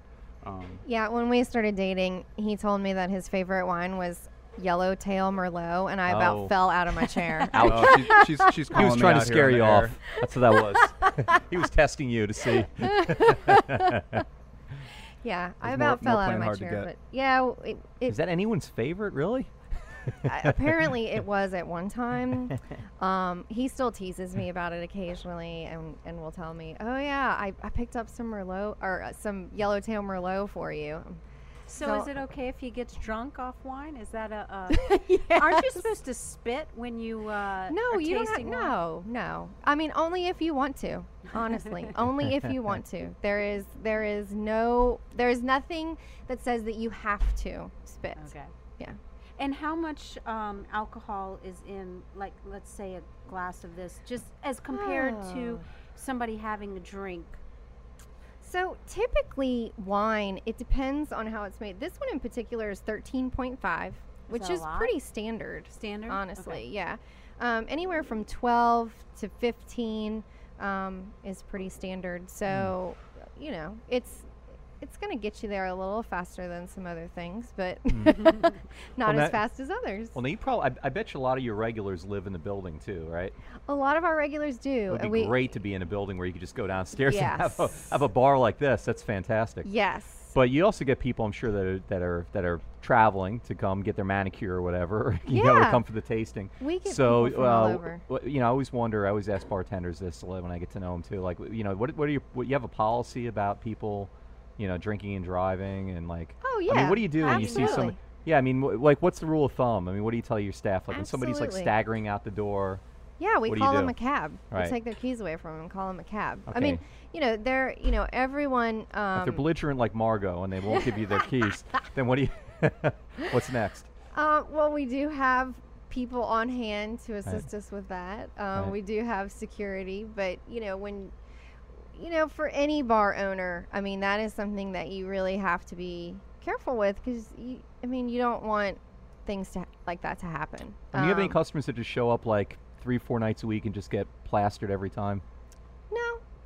S4: um,
S3: Yeah, when we started dating, he told me that his favorite wine was Yellowtail Merlot, and I
S1: Oh.
S3: about fell out of my chair.
S1: Ouch.
S4: oh, she's- she's, she's,
S1: He
S4: calling
S1: was
S4: me
S1: trying to
S4: out here
S1: scare
S4: on the
S1: you
S4: air.
S1: off. That's what that was. he was testing you to see.
S3: yeah, I
S4: There's
S3: about
S4: more-
S3: fell
S4: more
S3: out
S4: playing
S3: of my
S4: hard to
S3: chair.
S4: get.
S3: But yeah, w- it, it,
S1: Is that anyone's favorite, really?
S3: I- apparently it was at one time. Um, he still teases me about it occasionally, and, and will tell me, "Oh yeah, I, I picked up some Merlot or uh, some Yellowtail Merlot for you."
S2: So,
S3: So-
S2: is it okay if he gets drunk off wine? Is that a? a Aren't you supposed to spit when you? Uh,
S3: No,
S2: are
S3: you don't. Have,
S2: tasting wine?
S3: no, no. I mean, only if you want to. Honestly, only if you want to. There is there is no there is nothing that says that you have to spit.
S2: Okay.
S3: Yeah.
S2: And how much um, alcohol is in, like, let's say a glass of this, just as compared to
S3: Oh.
S2: somebody having a drink?
S3: So typically, wine it depends on how it's made. This one in particular is thirteen point five, which
S2: that a
S3: is
S2: lot?
S3: pretty standard.
S2: Standard?
S3: honestly,
S2: Okay.
S3: yeah. Um, anywhere from twelve to fifteen um, is pretty standard. So,
S1: Hmm.
S3: you know, it's it's going to get you there a little faster than some other things, but not
S1: Hmm. Well,
S3: as
S1: that-
S3: fast as others.
S1: Well, now you probably. I, I bet you a lot of your regulars live in the building too, right?
S3: a lot of our regulars
S1: It
S3: do.
S1: would be
S3: and we,
S1: great to be in a building where you could just go downstairs and have
S3: Yes.
S1: a, have a bar like this. That's fantastic.
S3: Yes.
S1: But you also get people, I'm sure, that are that are that are traveling to come get their manicure or whatever. or, You know, to
S3: Yeah.
S1: come for the tasting.
S3: We get
S1: so,
S3: people from all
S1: uh,
S3: over.
S1: w- you know, I always wonder. I always ask bartenders this when I get to know them too. Like, you know, what what are you what, you have a policy about people, you know, drinking and driving and like.
S3: Oh,
S1: I mean,
S3: yeah,
S1: what do you do when you see someone?
S3: absolutely.
S1: Yeah, I mean, wh- like, what's the rule of thumb? I mean, what do you tell your staff? Like, when somebody's like
S3: Absolutely.
S1: staggering out the door.
S3: Yeah, we
S1: What do you
S3: call them
S1: do?
S3: a cab.
S1: Right.
S3: We take their keys away from them and call them a cab. I
S1: Okay.
S3: mean, you know, they're, you know, everyone.
S1: if they're
S3: Um,
S1: belligerent like Margot and they won't give you their keys, then what do you? what's next?
S3: uh, well, we do have people on hand to assist us with that. Um,
S1: Right.
S3: We do have security, but, you know, when, you know, for any bar owner, I mean, that is something that you really have to be careful with because, I mean, you don't want things to like that to happen.
S1: I mean, you have any
S3: Um,
S1: customers that just show up like three, four nights a week and just get plastered every time?
S3: No.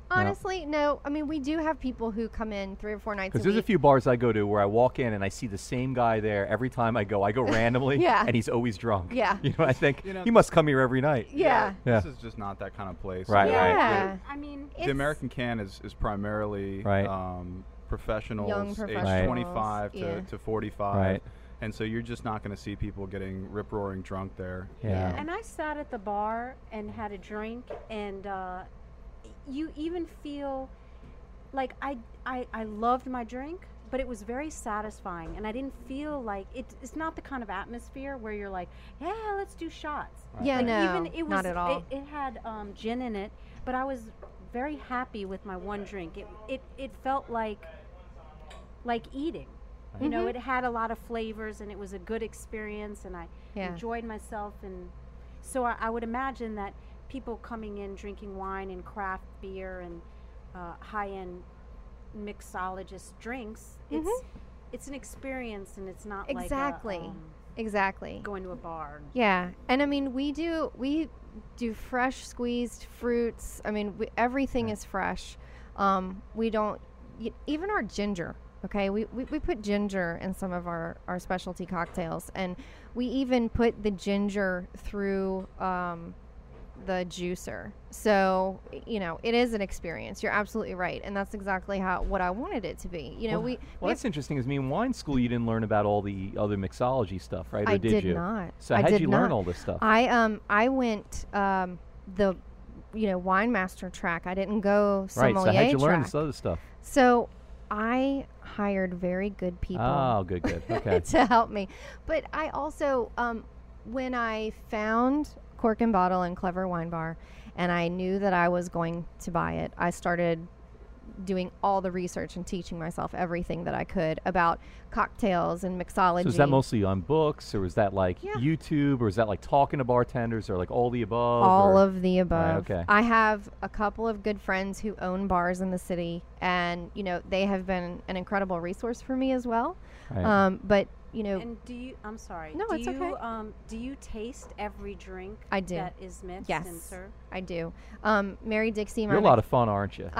S3: Honestly, no. I mean, we do have people who come in three or four nights a
S1: Because
S3: week.
S1: there's a few bars I go to where I walk in and I see the same guy there every time I go. I go randomly,
S3: Yeah.
S1: and he's always drunk.
S3: Yeah.
S1: you know, I think
S4: You know-
S1: he must come here every night.
S3: Yeah.
S1: Yeah.
S4: This is just not that kind of place.
S1: Right,
S4: The-
S1: right.
S3: Yeah.
S4: the-
S2: I mean,
S4: The, American can is, is primarily
S1: Right.
S4: um, professionals,
S3: Young
S4: age
S3: professionals,
S4: 25 to,
S3: yeah.
S4: to 45.
S1: Right.
S4: And so you're just not going to see people getting rip roaring drunk there.
S1: Yeah.
S2: and I sat at the bar and had a drink, and uh, you even feel like I, I, I loved my drink, but it was very satisfying, and I didn't feel like it, it's not the kind of atmosphere where you're like, yeah, let's do shots.
S3: Yeah,
S4: Like,
S3: no,
S2: even it was
S3: not at all.
S2: It, it had um, gin in it, but I was very happy with my one drink. It it, it felt like like eating. You know, it
S3: Mm-hmm.
S2: had a lot of flavors and it was a good experience, and I
S3: Yeah.
S2: enjoyed myself. And so I, I would imagine that people coming in drinking wine and craft beer and uh, high end mixologist drinks, it's it's an experience, and it's not
S3: Mm-hmm. exactly,
S2: like a, um,
S3: exactly.
S2: going to a bar.
S3: Yeah, and I mean we do we do fresh squeezed fruits. I mean we, everything is fresh. Um, we don't y- even our ginger. Okay, we, we, we put ginger in some of our, our specialty cocktails, and we even put the ginger through um, the juicer. So y- you know it is an experience. You're absolutely right, and that's exactly how what I wanted it to be. You know
S1: well,
S3: we,
S1: well,
S3: we
S1: that's interesting. Is I mean, in wine school you didn't learn about all the other mixology stuff, right? Or
S3: I
S1: did,
S3: did
S1: you?
S3: not.
S1: So
S3: I
S1: how'd
S3: did
S1: you learn
S3: not.
S1: all this stuff?
S3: I um I went um the you know wine master track. I didn't go
S1: right.
S3: sommelier
S1: So how'd you
S3: track.
S1: learn this other stuff?
S3: So I hired very good people
S1: Oh, good, good. Okay.
S3: to help me. But I also um when I found Cork and Bottle and Clever Wine Bar and I knew that I was going to buy it, I started doing all the research and teaching myself everything that I could about cocktails and mixology.
S1: So is that mostly on books, or was that like
S3: Yeah.
S1: YouTube, or is that like talking to bartenders, or like all the above?
S3: all
S1: or-
S3: of the above.
S1: okay.
S3: I have a couple of good friends who own bars in the city, and you know they have been an incredible resource for me as well.
S1: Right.
S3: Um, but you know,
S2: And do you? I'm sorry.
S3: No,
S2: do
S3: it's
S2: you,
S3: okay.
S2: Um, do you taste every drink
S3: I do.
S2: that is mixed
S3: Yes.
S2: and served?
S3: I do. Um, Mary Dixie.
S1: You're a lot of fun, aren't you?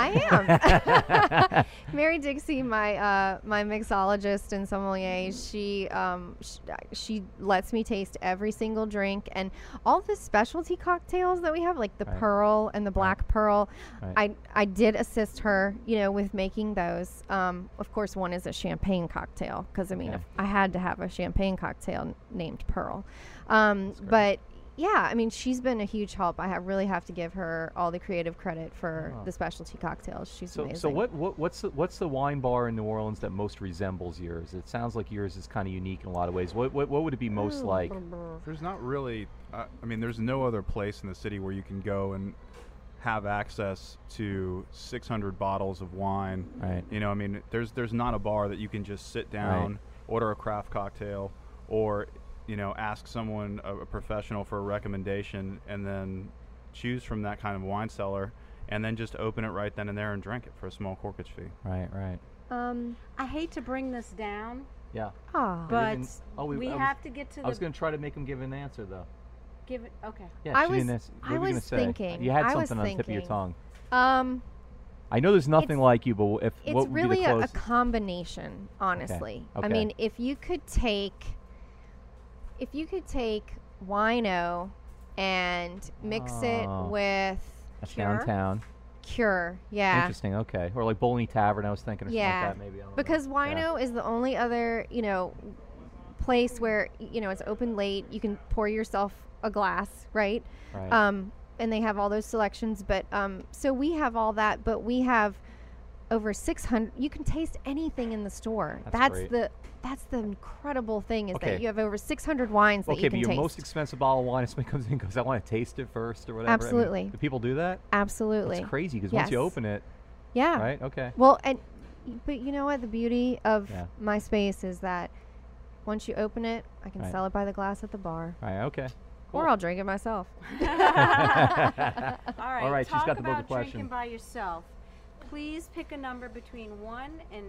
S3: I am. Mary Dixie, my uh, my mixologist and sommelier, she um, sh- she lets me taste every single drink and all the specialty cocktails that we have, like the
S1: Right.
S3: pearl and the black pearl.
S1: Right.
S3: I I did assist her, you know, with making those. Um, of course, one is a champagne cocktail because I mean,
S1: Okay.
S3: if I had to have a champagne cocktail n- named Pearl. Um,
S1: great.
S3: but yeah, I mean, she's been a huge help. I ha- really have to give her all the creative credit for
S1: Wow.
S3: the specialty cocktails. She's
S1: Oh. So,
S3: amazing.
S1: so what, what what's the, what's the wine bar in New Orleans that most resembles yours? It sounds like yours is kind of unique in a lot of ways. What what, what would it be most
S3: Oh,
S1: like?
S4: There's not really. Uh, I mean, there's no other place in the city where you can go and have access to 600 bottles of wine.
S1: Right.
S4: You know, I mean, there's there's not a bar that you can just sit down, order a craft cocktail, or you know, ask someone a, a professional for a recommendation, and then choose from that kind of wine cellar, and then just open it right then and there and drink it for a small corkage fee.
S1: Right, right.
S3: Um,
S2: I hate to bring this down,
S1: Yeah.
S3: ah,
S2: but
S1: didn't- oh, we-
S2: we,
S1: I was-
S2: have to get to
S1: I was
S2: the
S1: going to try to make him give an answer though.
S2: give it. Okay.
S1: Yeah,
S3: I
S1: she
S3: was-
S1: didn't ask- what
S3: I
S1: were you gonna
S3: was
S1: say?
S3: thinking-
S1: You had
S3: I
S1: something
S3: was
S1: on the tip of your
S3: thinking.
S1: tongue.
S3: um,
S1: I know there's nothing
S3: It's-
S1: like you, but w- if
S3: it's
S1: what would be
S3: really
S1: the
S3: a, a
S1: closest?
S3: combination, honestly.
S1: okay.
S3: I mean, if you could take, if you could take wino and mix
S1: Oh.
S3: it with
S1: That's
S2: Cure?
S1: downtown.
S3: cure, yeah,
S1: Interesting. Okay, or like Bowling Tavern. I was thinking or
S3: Yeah.
S1: something like that. Maybe. I don't know.
S3: because
S1: Yeah.
S3: wino is the only other you know place where y- you know it's open late. You can pour yourself a glass, right?
S1: Right.
S3: um, and they have all those selections. But um, so we have all that, but we have over 600. You can taste anything in the store.
S1: That's
S3: That's,
S1: great.
S3: the that's the incredible thing is
S1: Okay.
S3: that you have over 600 wines that
S1: okay,
S3: you
S1: but
S3: can
S1: your
S3: taste.
S1: most expensive bottle of wine if somebody comes in and goes, "I want to taste it first or whatever." I mean,
S3: Absolutely.
S1: do people do that?
S3: Absolutely,
S1: That's crazy because once you
S3: Yes.
S1: open it,
S3: yeah.
S1: right? Okay.
S3: Well, and y- but you know what? The beauty of
S1: Yeah.
S3: my space is that once you open it, I can
S1: Right.
S3: sell it by the glass at the bar,
S1: All right. Okay.
S3: or I'll drink it myself.
S2: All right.
S1: All right, she's
S2: talk
S1: got the bogus
S2: about
S1: question.
S2: drinking by yourself. Please pick a number between one and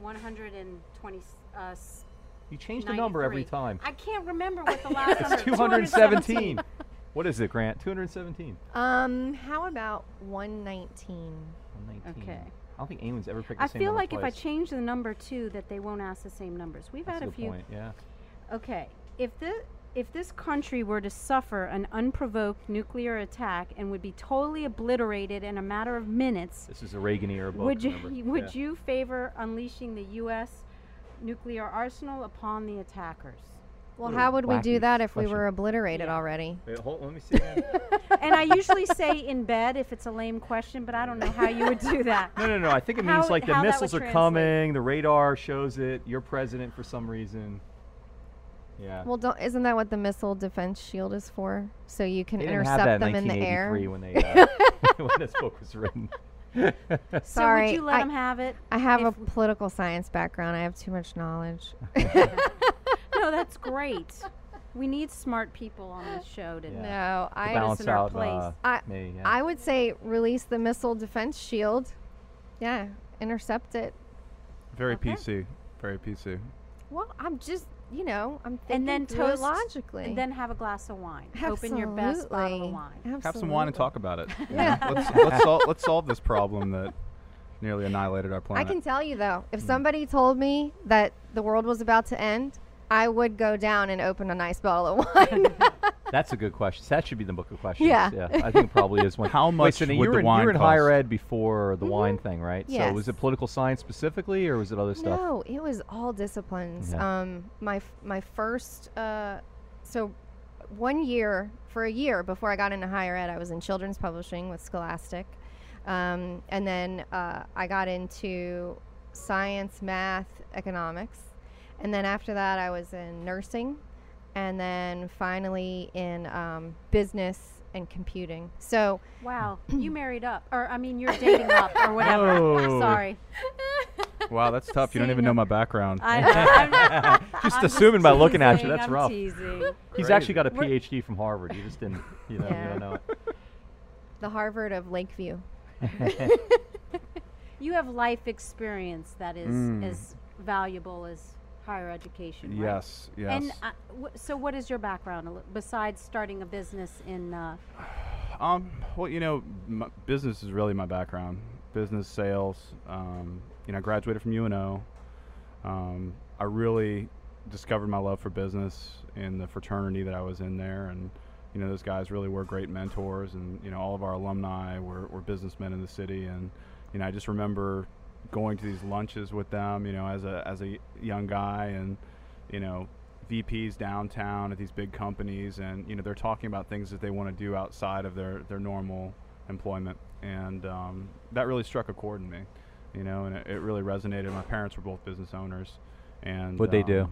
S2: one hundred and twenty. Uh, s-
S1: You change the number every
S2: 93.
S1: time.
S2: I can't remember what the last number.
S1: It's 217. what is it, Grant? 217.
S3: Um, how about 119?
S1: 119.
S2: Okay.
S1: I don't think anyone's ever picked the
S2: I
S1: same
S2: feel
S1: number
S2: like if I
S1: twice.
S2: change the number two, that they won't ask the same numbers. We've
S1: That's
S2: had a
S1: good
S2: few.
S1: point. Yeah.
S2: Okay, if the if this country were to suffer an unprovoked nuclear attack and would be totally obliterated in a matter of minutes,
S1: This is a Reagan era book.
S2: would you
S1: remember?
S2: would
S1: Yeah.
S2: you favor unleashing the U.S. nuclear arsenal upon the attackers?
S3: Well,
S1: What a
S3: how would we
S1: wacky
S3: do that if we
S1: question.
S3: were obliterated already?
S1: Wait, hold, let me see. that.
S2: and I usually say in bed if it's a lame question, but I don't know how you would do that.
S1: no, no, no. I think it
S2: How
S1: means
S2: it-
S1: like the
S2: how that would
S1: missiles are
S2: translate.
S1: coming, the radar shows it, you're president for some reason. Yeah.
S3: Well, don't, isn't that what the missile defense shield is for? So you can
S1: they didn't have
S3: intercept
S1: that
S3: them in
S1: in
S3: the air.
S1: 1983 when they uh, when this book was written.
S2: So
S3: Sorry,
S2: would you let
S3: I-
S2: them have it?
S3: I have a
S2: if-
S3: political science background. I have too much knowledge.
S2: No, that's great. We need smart people on this show to
S1: Yeah.
S3: No, I,
S2: balance
S1: Balance
S2: in our
S1: out.
S2: place.
S1: Uh,
S3: I,
S1: me, yeah.
S3: I would say release the missile defense shield. Yeah, intercept it.
S4: Very
S2: Okay.
S4: PC. Very PC.
S3: Well, I'm just, you know, I'm thinking
S2: and then
S3: through it
S2: toast
S3: logically.
S2: and then have a glass of wine. Open your best bottle
S3: Absolutely.
S2: of wine.
S3: Absolutely.
S4: Have some wine and talk about it. you know?
S3: Yeah.
S4: let's let's solve let's solve this problem that nearly annihilated our
S3: I
S4: planet.
S3: can tell you though, if somebody told me that the world was about to end, I would go down and open a nice bottle of wine.
S1: That's a good question. That should be the book of questions.
S3: Yeah.
S1: I think it probably is one.
S4: How
S1: Wait,
S4: much
S1: so now
S4: would
S1: you were
S4: the
S1: in,
S4: wine
S1: You were in higher
S4: cost?
S1: ed before the wine thing, right? So was
S3: Mm-hmm. Yes.
S1: it political science specifically, or was it other stuff?
S3: No, it was all disciplines.
S1: Yeah.
S3: Um, my f- my first uh, so one year for a year before I got into higher ed, I was in children's publishing with Scholastic, um, and then uh, I got into science, math, economics, and then after that I was in nursing, and then finally in um, business and computing. So
S2: Wow, you married up, or I mean, you're dating up, or whatever.
S1: No.
S2: Sorry,
S4: Wow, that's tough. You don't even know my background.
S2: I, I'm,
S1: Just
S2: I'm
S1: assuming by looking at you,
S2: teasing,
S1: that's
S2: I'm
S1: rough.
S2: teasing.
S1: He's
S4: Crazy.
S1: actually got a
S2: We're-
S1: PhD from Harvard. You just didn't, you know,
S3: Yeah.
S1: you don't know. it.
S3: the Harvard of Lakeview.
S2: You have life experience that is
S4: Mm.
S2: as valuable as higher education. right?
S4: yes, yes.
S2: And uh, w- so, what is your background a li- besides starting a business in uh,
S4: Um, well, you know, m business is really my background. Business sales. Um, you know, I graduated from UNO. Um, I really discovered my love for business in the fraternity that I was in there, and you know, those guys really were great mentors. And you know, all of our alumni were, were businessmen in the city, and you know, I just remember going to these lunches with them. You know, as a as a young guy, and you know, VPs downtown at these big companies, and you know they're talking about things that they want to do outside of their their normal employment, and um, that really struck a chord in me, you know, and it, it really resonated. My parents were both business owners, and um,
S1: What'd they do?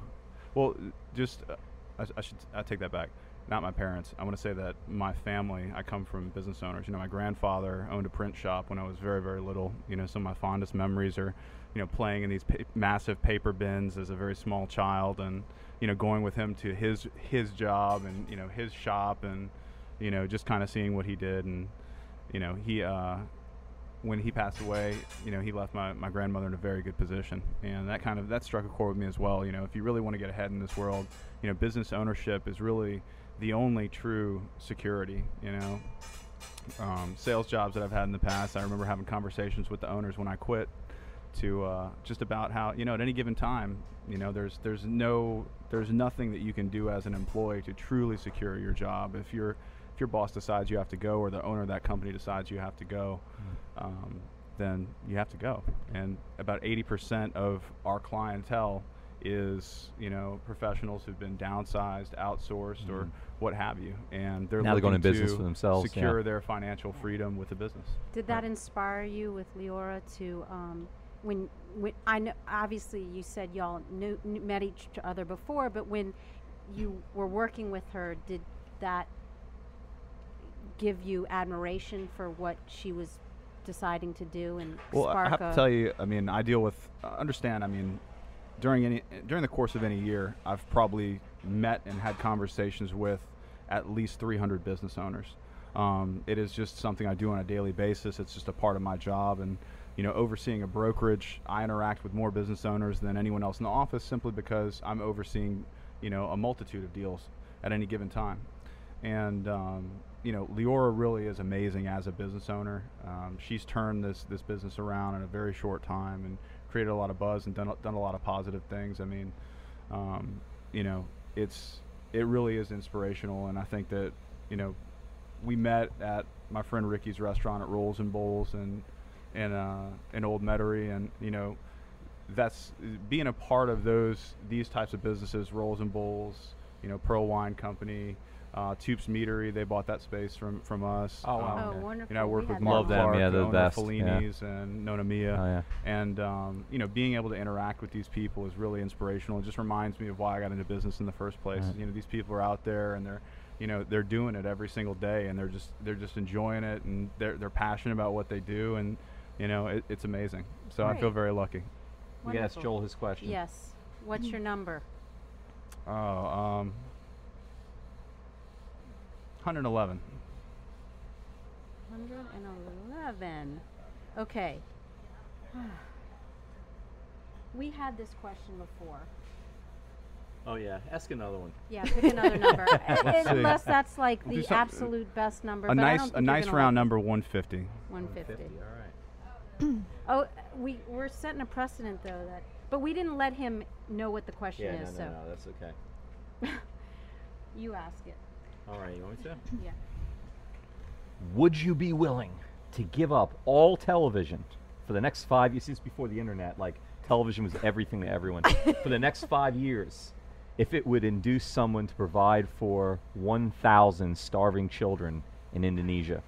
S4: Well, just uh, I, I should I take that back. Not my parents. I want to say that my family. I come from business owners. You know, my grandfather owned a print shop when I was very very little. You know, some of my fondest memories are, you know, playing in these pa- massive paper bins as a very small child, and you know, going with him to his his job and you know his shop, and you know, just kind of seeing what he did, and you know, he. Uh, when he passed away, you know, he left my, my grandmother in a very good position. And that kind of that struck a chord with me as well. You know, if you really want to get ahead in this world, you know, business ownership is really the only true security, you know. Um, sales jobs that I've had in the past, I remember having conversations with the owners when I quit to uh, just about how, you know, at any given time, you know, there's there's no there's nothing that you can do as an employee to truly secure your job if you're if your boss decides you have to go or the owner of that company decides you have to go um, then you have to go and about 80% of our clientele is you know professionals who've been downsized outsourced or what have you and they're
S1: Mm-hmm. Now they're
S4: looking
S1: going in business
S4: to
S1: for themselves, yeah.
S4: secure their financial freedom with the business
S2: Did that inspire you with Leora to um, when when I know obviously you said y'all knew, knew met each other before, but when you were working with her, did that give you admiration for what she was deciding to do and
S4: Well,
S2: spark
S4: I have
S2: a,
S4: to tell you, I mean, I deal with uh, understand. I mean, during any during the course of any year, I've probably met and had conversations with at least 300 business owners. Um, it is just something I do on a daily basis. It's just a part of my job, and you know, overseeing a brokerage, I interact with more business owners than anyone else in the office simply because I'm overseeing, you know, a multitude of deals at any given time and um, you know Leora really is amazing as a business owner. Um, she's turned this this business around in a very short time and created a lot of buzz and done a- done a lot of positive things. I mean, um, you know, it's it really is inspirational, and I think that you know we met at my friend Ricky's restaurant at Rolls and Bowls and in uh, in Old Metairie, and you know that's being a part of those these types of businesses, Rolls and Bowls, you know, Pearl Wine Company, uh, Toops Meadery. They bought that space from from us. Um,
S1: Oh, wow.
S2: Oh,
S1: Okay.
S2: wonderful.
S4: You know, I work
S2: We
S4: with
S2: had
S4: Mark
S1: Love them,
S4: Clark,
S1: yeah, they're the
S4: owner
S1: best,
S4: of
S1: yeah.
S4: Fellini's and Nona Mia,
S1: Oh, yeah.
S4: and um, you know, being able to interact with these people is really inspirational. It just reminds me of why I got into business in the first place.
S1: Right.
S4: You know, these people are out there and they're, you know, they're doing it every single day, and they're just they're just enjoying it, and they're they're passionate about what they do, and you know, it, it's amazing. So I feel
S2: Right.
S4: very lucky.
S1: We can ask
S2: Wonderful.
S1: Joel his question.
S2: Yes. What's
S4: Hmm.
S2: your number?
S4: Oh, um, 111.
S2: 111. Okay. We had this question before.
S1: Oh yeah, ask another one.
S2: Yeah, pick another number. Uh,
S4: see.
S2: Unless that's like
S4: We'll do
S2: the
S4: some- uh,
S2: absolute best number.
S4: A
S2: but I
S4: nice
S2: don't think
S4: a
S2: you're
S4: nice
S2: gonna
S4: round
S2: like
S4: number 150.
S2: 150.
S1: All right.
S2: Oh, we, we're setting a precedent though that, but we didn't let him know what the question
S1: Yeah,
S2: is,
S1: no,
S2: so
S1: no, no, that's okay.
S2: you ask it.
S1: All right, you want me to?
S4: Hmm.
S2: Yeah.
S1: Would you be willing to give up all television for the next five years? Since before the internet, like television was everything to everyone. for the next five years, if it would induce someone to provide for 1,000 starving children in Indonesia.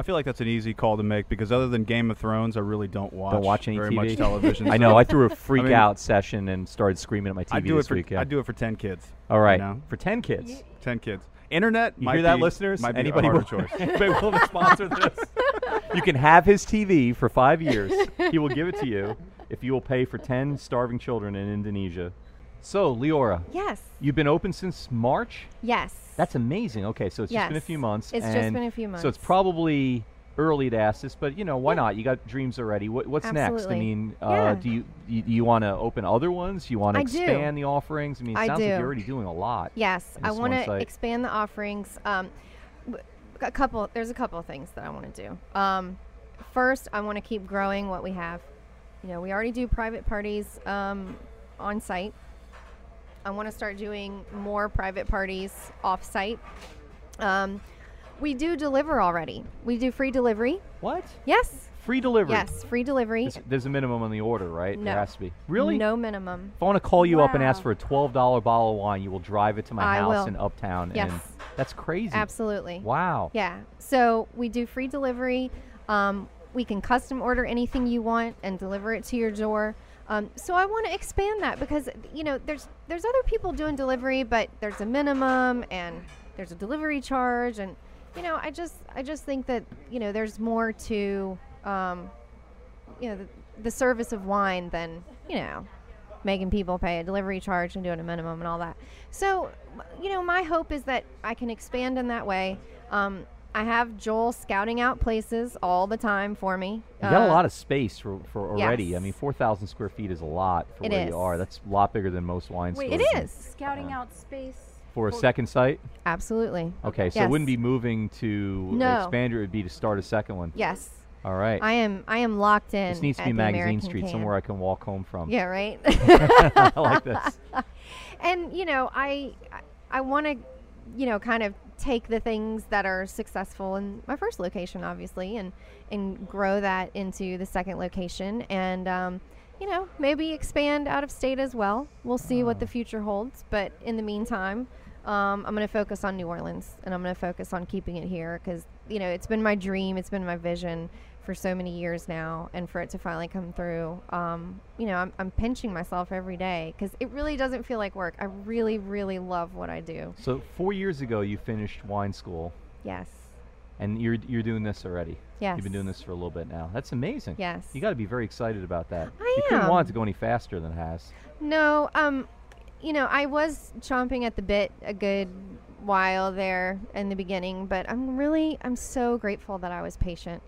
S4: I feel like that's an easy call to make because other than Game of Thrones, I really don't watch,
S1: Don't watch any
S4: very
S1: TV.
S4: much television.
S1: I know. I
S4: so
S1: threw a freak
S4: mean-
S1: out session and started screaming at my TV
S4: I do
S1: this
S4: it for
S1: week. yeah.
S4: I do it for 10 kids.
S1: All right,
S4: You know?
S1: for 10 kids.
S2: You-
S4: Ten kids. Internet.
S1: You
S4: might
S1: hear that,
S4: be-
S1: listeners?
S4: Might be
S1: Anybody
S4: a harder
S1: will-
S4: choice.
S1: anybody willing to sponsor this? You can have his TV for five years. He will give it to you if you will pay for ten starving children in Indonesia. So, Leora,
S3: Yes.
S1: you've been open since March.
S3: Yes.
S1: That's amazing. Okay, so it's just been a
S3: Yes.
S1: few months.
S3: It's just
S1: and
S3: been a few
S1: So it's
S3: months.
S1: probably early to ask this, but you know why not? You got dreams already. What, what's next? I
S3: Absolutely.
S1: mean, uh,
S3: Yeah.
S1: do you you, you want to open other ones? You want to
S3: I do.
S1: expand the offerings? I mean, it
S3: I
S1: sounds like
S3: do.
S1: you're already doing a lot.
S3: Yes,
S1: in
S3: I
S1: this
S3: want
S1: one
S3: to
S1: site.
S3: expand the offerings. Um, w- a couple. There's a couple of things that I want to do. Um, first, I want to keep growing what we have. You know, we already do private parties um, on site. I want to start doing more private parties off site. Um, we do deliver already. We do free delivery.
S1: What?
S3: Yes.
S1: Free delivery.
S3: Yes, free delivery.
S1: There's, there's a minimum on the order, right?
S3: No.
S1: There has to be. Really?
S3: No minimum.
S1: If I want to call you up and ask
S2: Wow.
S1: for a twelve dollar bottle of wine, you will drive it to my
S3: I
S1: house
S3: will.
S1: in Uptown. And
S3: Yes.
S1: that's crazy.
S3: Absolutely.
S1: Wow.
S3: Yeah. So we do free delivery. Um, we can custom order anything you want and deliver it to your door. Um, so I want to expand that because you know there's there's other people doing delivery, but there's a minimum and there's a delivery charge, and you know I just I just think that you know there's more to um, you know the, the service of wine than you know making people pay a delivery charge and doing a minimum and all that so you know my hope is that i can expand in that way um, i have joel scouting out places all the time for me
S1: You got a lot of space for, for already. I
S3: uh, yes.
S1: mean, 4,000 square feet is a lot for
S3: It
S1: where
S3: is.
S1: you are. That's a lot bigger than most wine
S2: Wait,
S1: stores.
S3: it
S1: and-
S3: is.
S2: Scouting
S1: Uh-huh.
S2: out space.
S1: For a second site?
S3: absolutely
S1: Okay, so it
S3: Yes.
S1: wouldn't be moving to
S3: No.
S1: expand, it would be to start a second one.
S3: yes
S1: All right.
S3: i am i am locked in
S1: this needs to
S3: at
S1: be
S3: the
S1: Magazine
S3: American
S1: Street,
S3: can.
S1: somewhere I can walk home from.
S3: yeah right
S1: I like this.
S3: and you know i i want to you know kind of take the things that are successful in my first location obviously and and grow that into the second location and um, you know maybe expand out of state as well we'll see what the future holds but in the meantime um, i'm going to focus on new orleans and i'm going to focus on keeping it here because you know it's been my dream it's been my vision for so many years now and for it to finally come through um, you know I'm, I'm pinching myself every day because it really doesn't feel like work i really really love what i do
S1: So, four years ago, you finished wine school,
S3: yes
S1: and you're, you're doing this already. You've
S3: Yes.
S1: been doing this for a little bit now. That's amazing.
S3: Yes.
S1: You got to be very excited about that.
S3: I
S1: You couldn't want it
S3: am.
S1: to go any faster than it has.
S3: no um you know i was chomping at the bit a good while there in the beginning but i'm really i'm so grateful that i was patient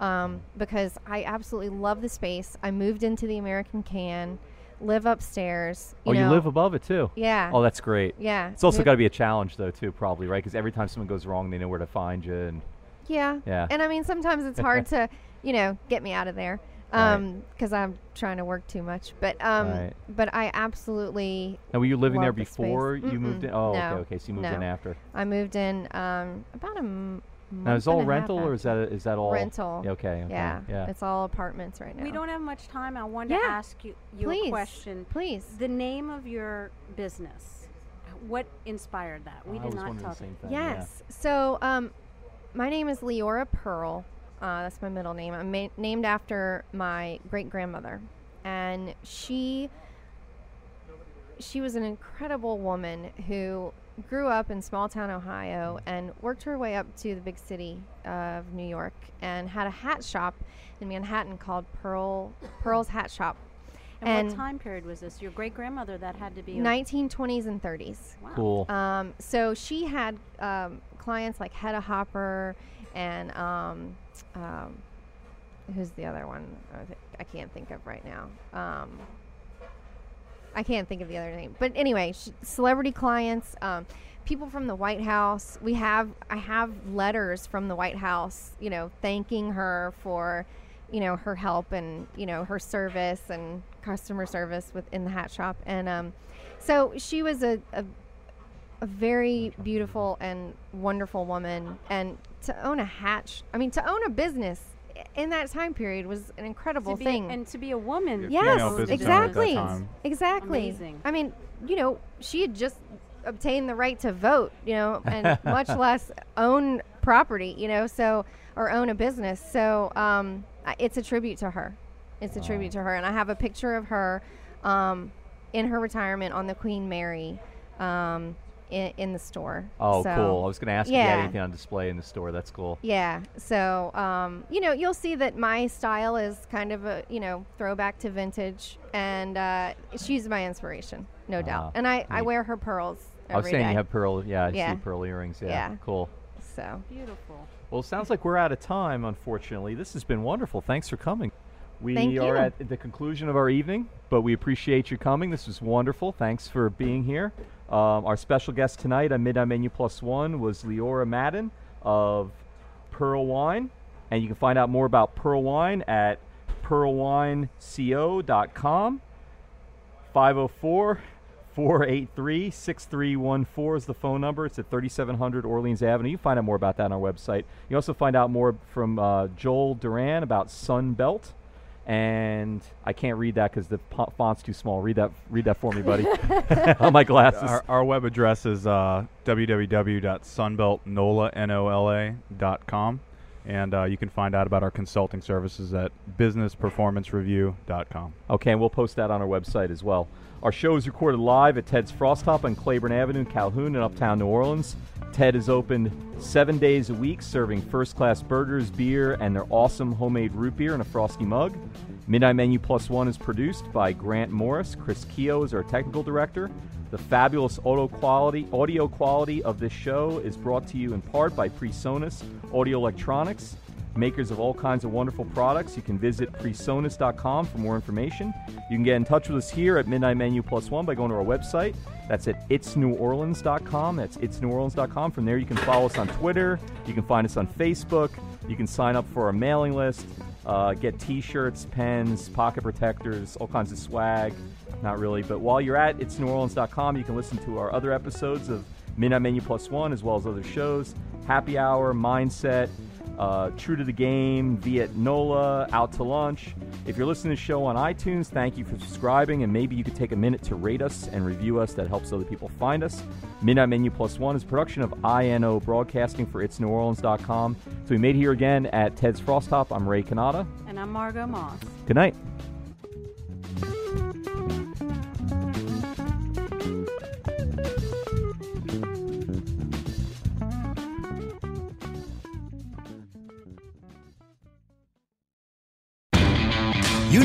S3: um, because i absolutely love the space i moved into the american can live upstairs you
S1: oh,
S3: know.
S1: you live above it too.
S3: yeah
S1: Oh, that's great.
S3: yeah
S1: It's also
S3: Move-
S1: got to be a challenge, though, too, probably, right? Because every time something goes wrong, they know where to find you. And
S3: Yeah.
S1: Yeah.
S3: And I mean, sometimes it's hard to, you know, get me out of there
S1: Right.
S3: because I'm trying to work too much. But um,
S1: Right.
S3: but I absolutely
S1: now, were you living there
S3: Love the space.
S1: before you moved
S3: Mm-mm.
S1: in? Oh,
S3: No.
S1: okay, okay. So you moved in
S3: No.
S1: after.
S3: I moved in um, about a m- month.
S1: Now, is it all
S3: and a half
S1: rental, or is that
S3: after.
S1: is that all
S3: rental?
S1: Yeah, Okay, okay.
S3: Yeah.
S1: yeah.
S3: It's all apartments right now.
S2: We don't have much time. I wanted to
S3: Yeah.
S2: ask you, you
S3: Please.
S2: a question.
S3: Please.
S2: The name of your business. What inspired that? We
S1: I
S2: did
S1: was
S2: not
S1: wondering the
S2: talk.
S1: same thing. yeah.
S3: Yes. So, um, my name is Leora Pearl. Uh, that's my middle name. I'm ma- named after my great grandmother, and she she was an incredible woman who grew up in small town Ohio and worked her way up to the big city of New York and had a hat shop in Manhattan called Pearl Pearl's Hat Shop.
S2: And,
S3: And-
S2: what time period was this? Your great grandmother that had to be a-
S3: 1920s and 30s.
S2: Wow.
S1: Cool.
S3: Um, so she had um, clients like Hedda Hopper and um, um, who's the other one? I thi- I can't think of right now. Um, I can't think of the other name. But anyway, sh- celebrity clients, um, people from the White House. We have I have letters from the White House, you know, thanking her for, you know, her help and you know her service and customer service within the hat shop. And um, so she was a, a a very beautiful and wonderful woman and to own a hatch i mean to own a business i- in that time period was
S2: to
S3: an incredible
S2: be,
S3: thing
S2: and to be a woman.
S4: Yeah, female
S3: yes
S4: business owner at that
S3: exactly
S4: time.
S3: exactly
S2: Amazing.
S3: i mean you know she had just obtained the right to vote you know and much less own property you know so or own a business so um, I- it's a tribute to her it's a tribute to her and i have a picture of her um, in her retirement on the queen mary um, in, in the store
S1: Oh,
S3: So-
S1: cool. I was going to ask if you had
S3: yeah.
S1: anything on display in the store. That's cool.
S3: yeah. So, um, you know, you'll see that my style is kind of a, you know, throwback to vintage. And uh, she's my inspiration, no
S1: Ah,
S3: doubt. And I, I
S1: neat.
S3: wear her pearls
S1: I was
S3: every
S1: saying
S3: day,
S1: you have pearl. Yeah, I
S3: Yeah.
S1: see pearl earrings. Yeah,
S3: Yeah.
S1: cool.
S3: So,
S2: Beautiful.
S1: Well, it sounds like we're out of time, unfortunately. This has been wonderful. Thanks for coming. We
S3: Thank
S1: are
S3: you.
S1: at the conclusion of our evening, but we appreciate you coming. This was wonderful. Thanks for being here. Um, our special guest tonight on Midnight Menu Plus One was Leora Madden of Pearl Wine. And you can find out more about Pearl Wine at pearlwineco.com. 504 483 6314 is the phone number. It's at 3700 Orleans Avenue. You can find out more about that on our website. You also find out more from uh, Joel Duran about Sunbelt. And I can't read that because the po- font's too small. Read that, read that for me, buddy. on my glasses.
S4: Our, our web address is uh, www.sunbeltnola.com. And uh, you can find out about our consulting services at businessperformancereview.com.
S1: Okay, and we'll post that on our website as well. Our show is recorded live at Ted's Frost Top on Claiborne Avenue, in Calhoun, in Uptown New Orleans. Ted is open seven days a week, serving first class burgers, beer, and their awesome homemade root beer in a frosty mug. Midnight Menu Plus One is produced by Grant Morris. Chris Keogh is our technical director. The fabulous auto quality, audio quality of this show is brought to you in part by PreSonus Audio Electronics makers of all kinds of wonderful products. You can visit presonus.com for more information. You can get in touch with us here at Midnight Menu Plus One by going to our website. That's at itsneworleans.com. That's itsneworleans.com. From there, you can follow us on Twitter. You can find us on Facebook. You can sign up for our mailing list, uh, get t shirts, pens, pocket protectors, all kinds of swag. Not really, but while you're at itsneworleans.com, you can listen to our other episodes of Midnight Menu Plus One as well as other shows Happy Hour, Mindset uh, True to the Game, Viet Nola, Out to Lunch. If you're listening to the show on iTunes, thank you for subscribing, and maybe you could take a minute to rate us and review us. That helps other people find us. Midnight Menu Plus One is a production of INO Broadcasting for It'sNewOrleans.com. So we made here again at Ted's Frost Top. I'm Ray Canada.
S2: And I'm Margot Moss.
S1: Good night.
S5: You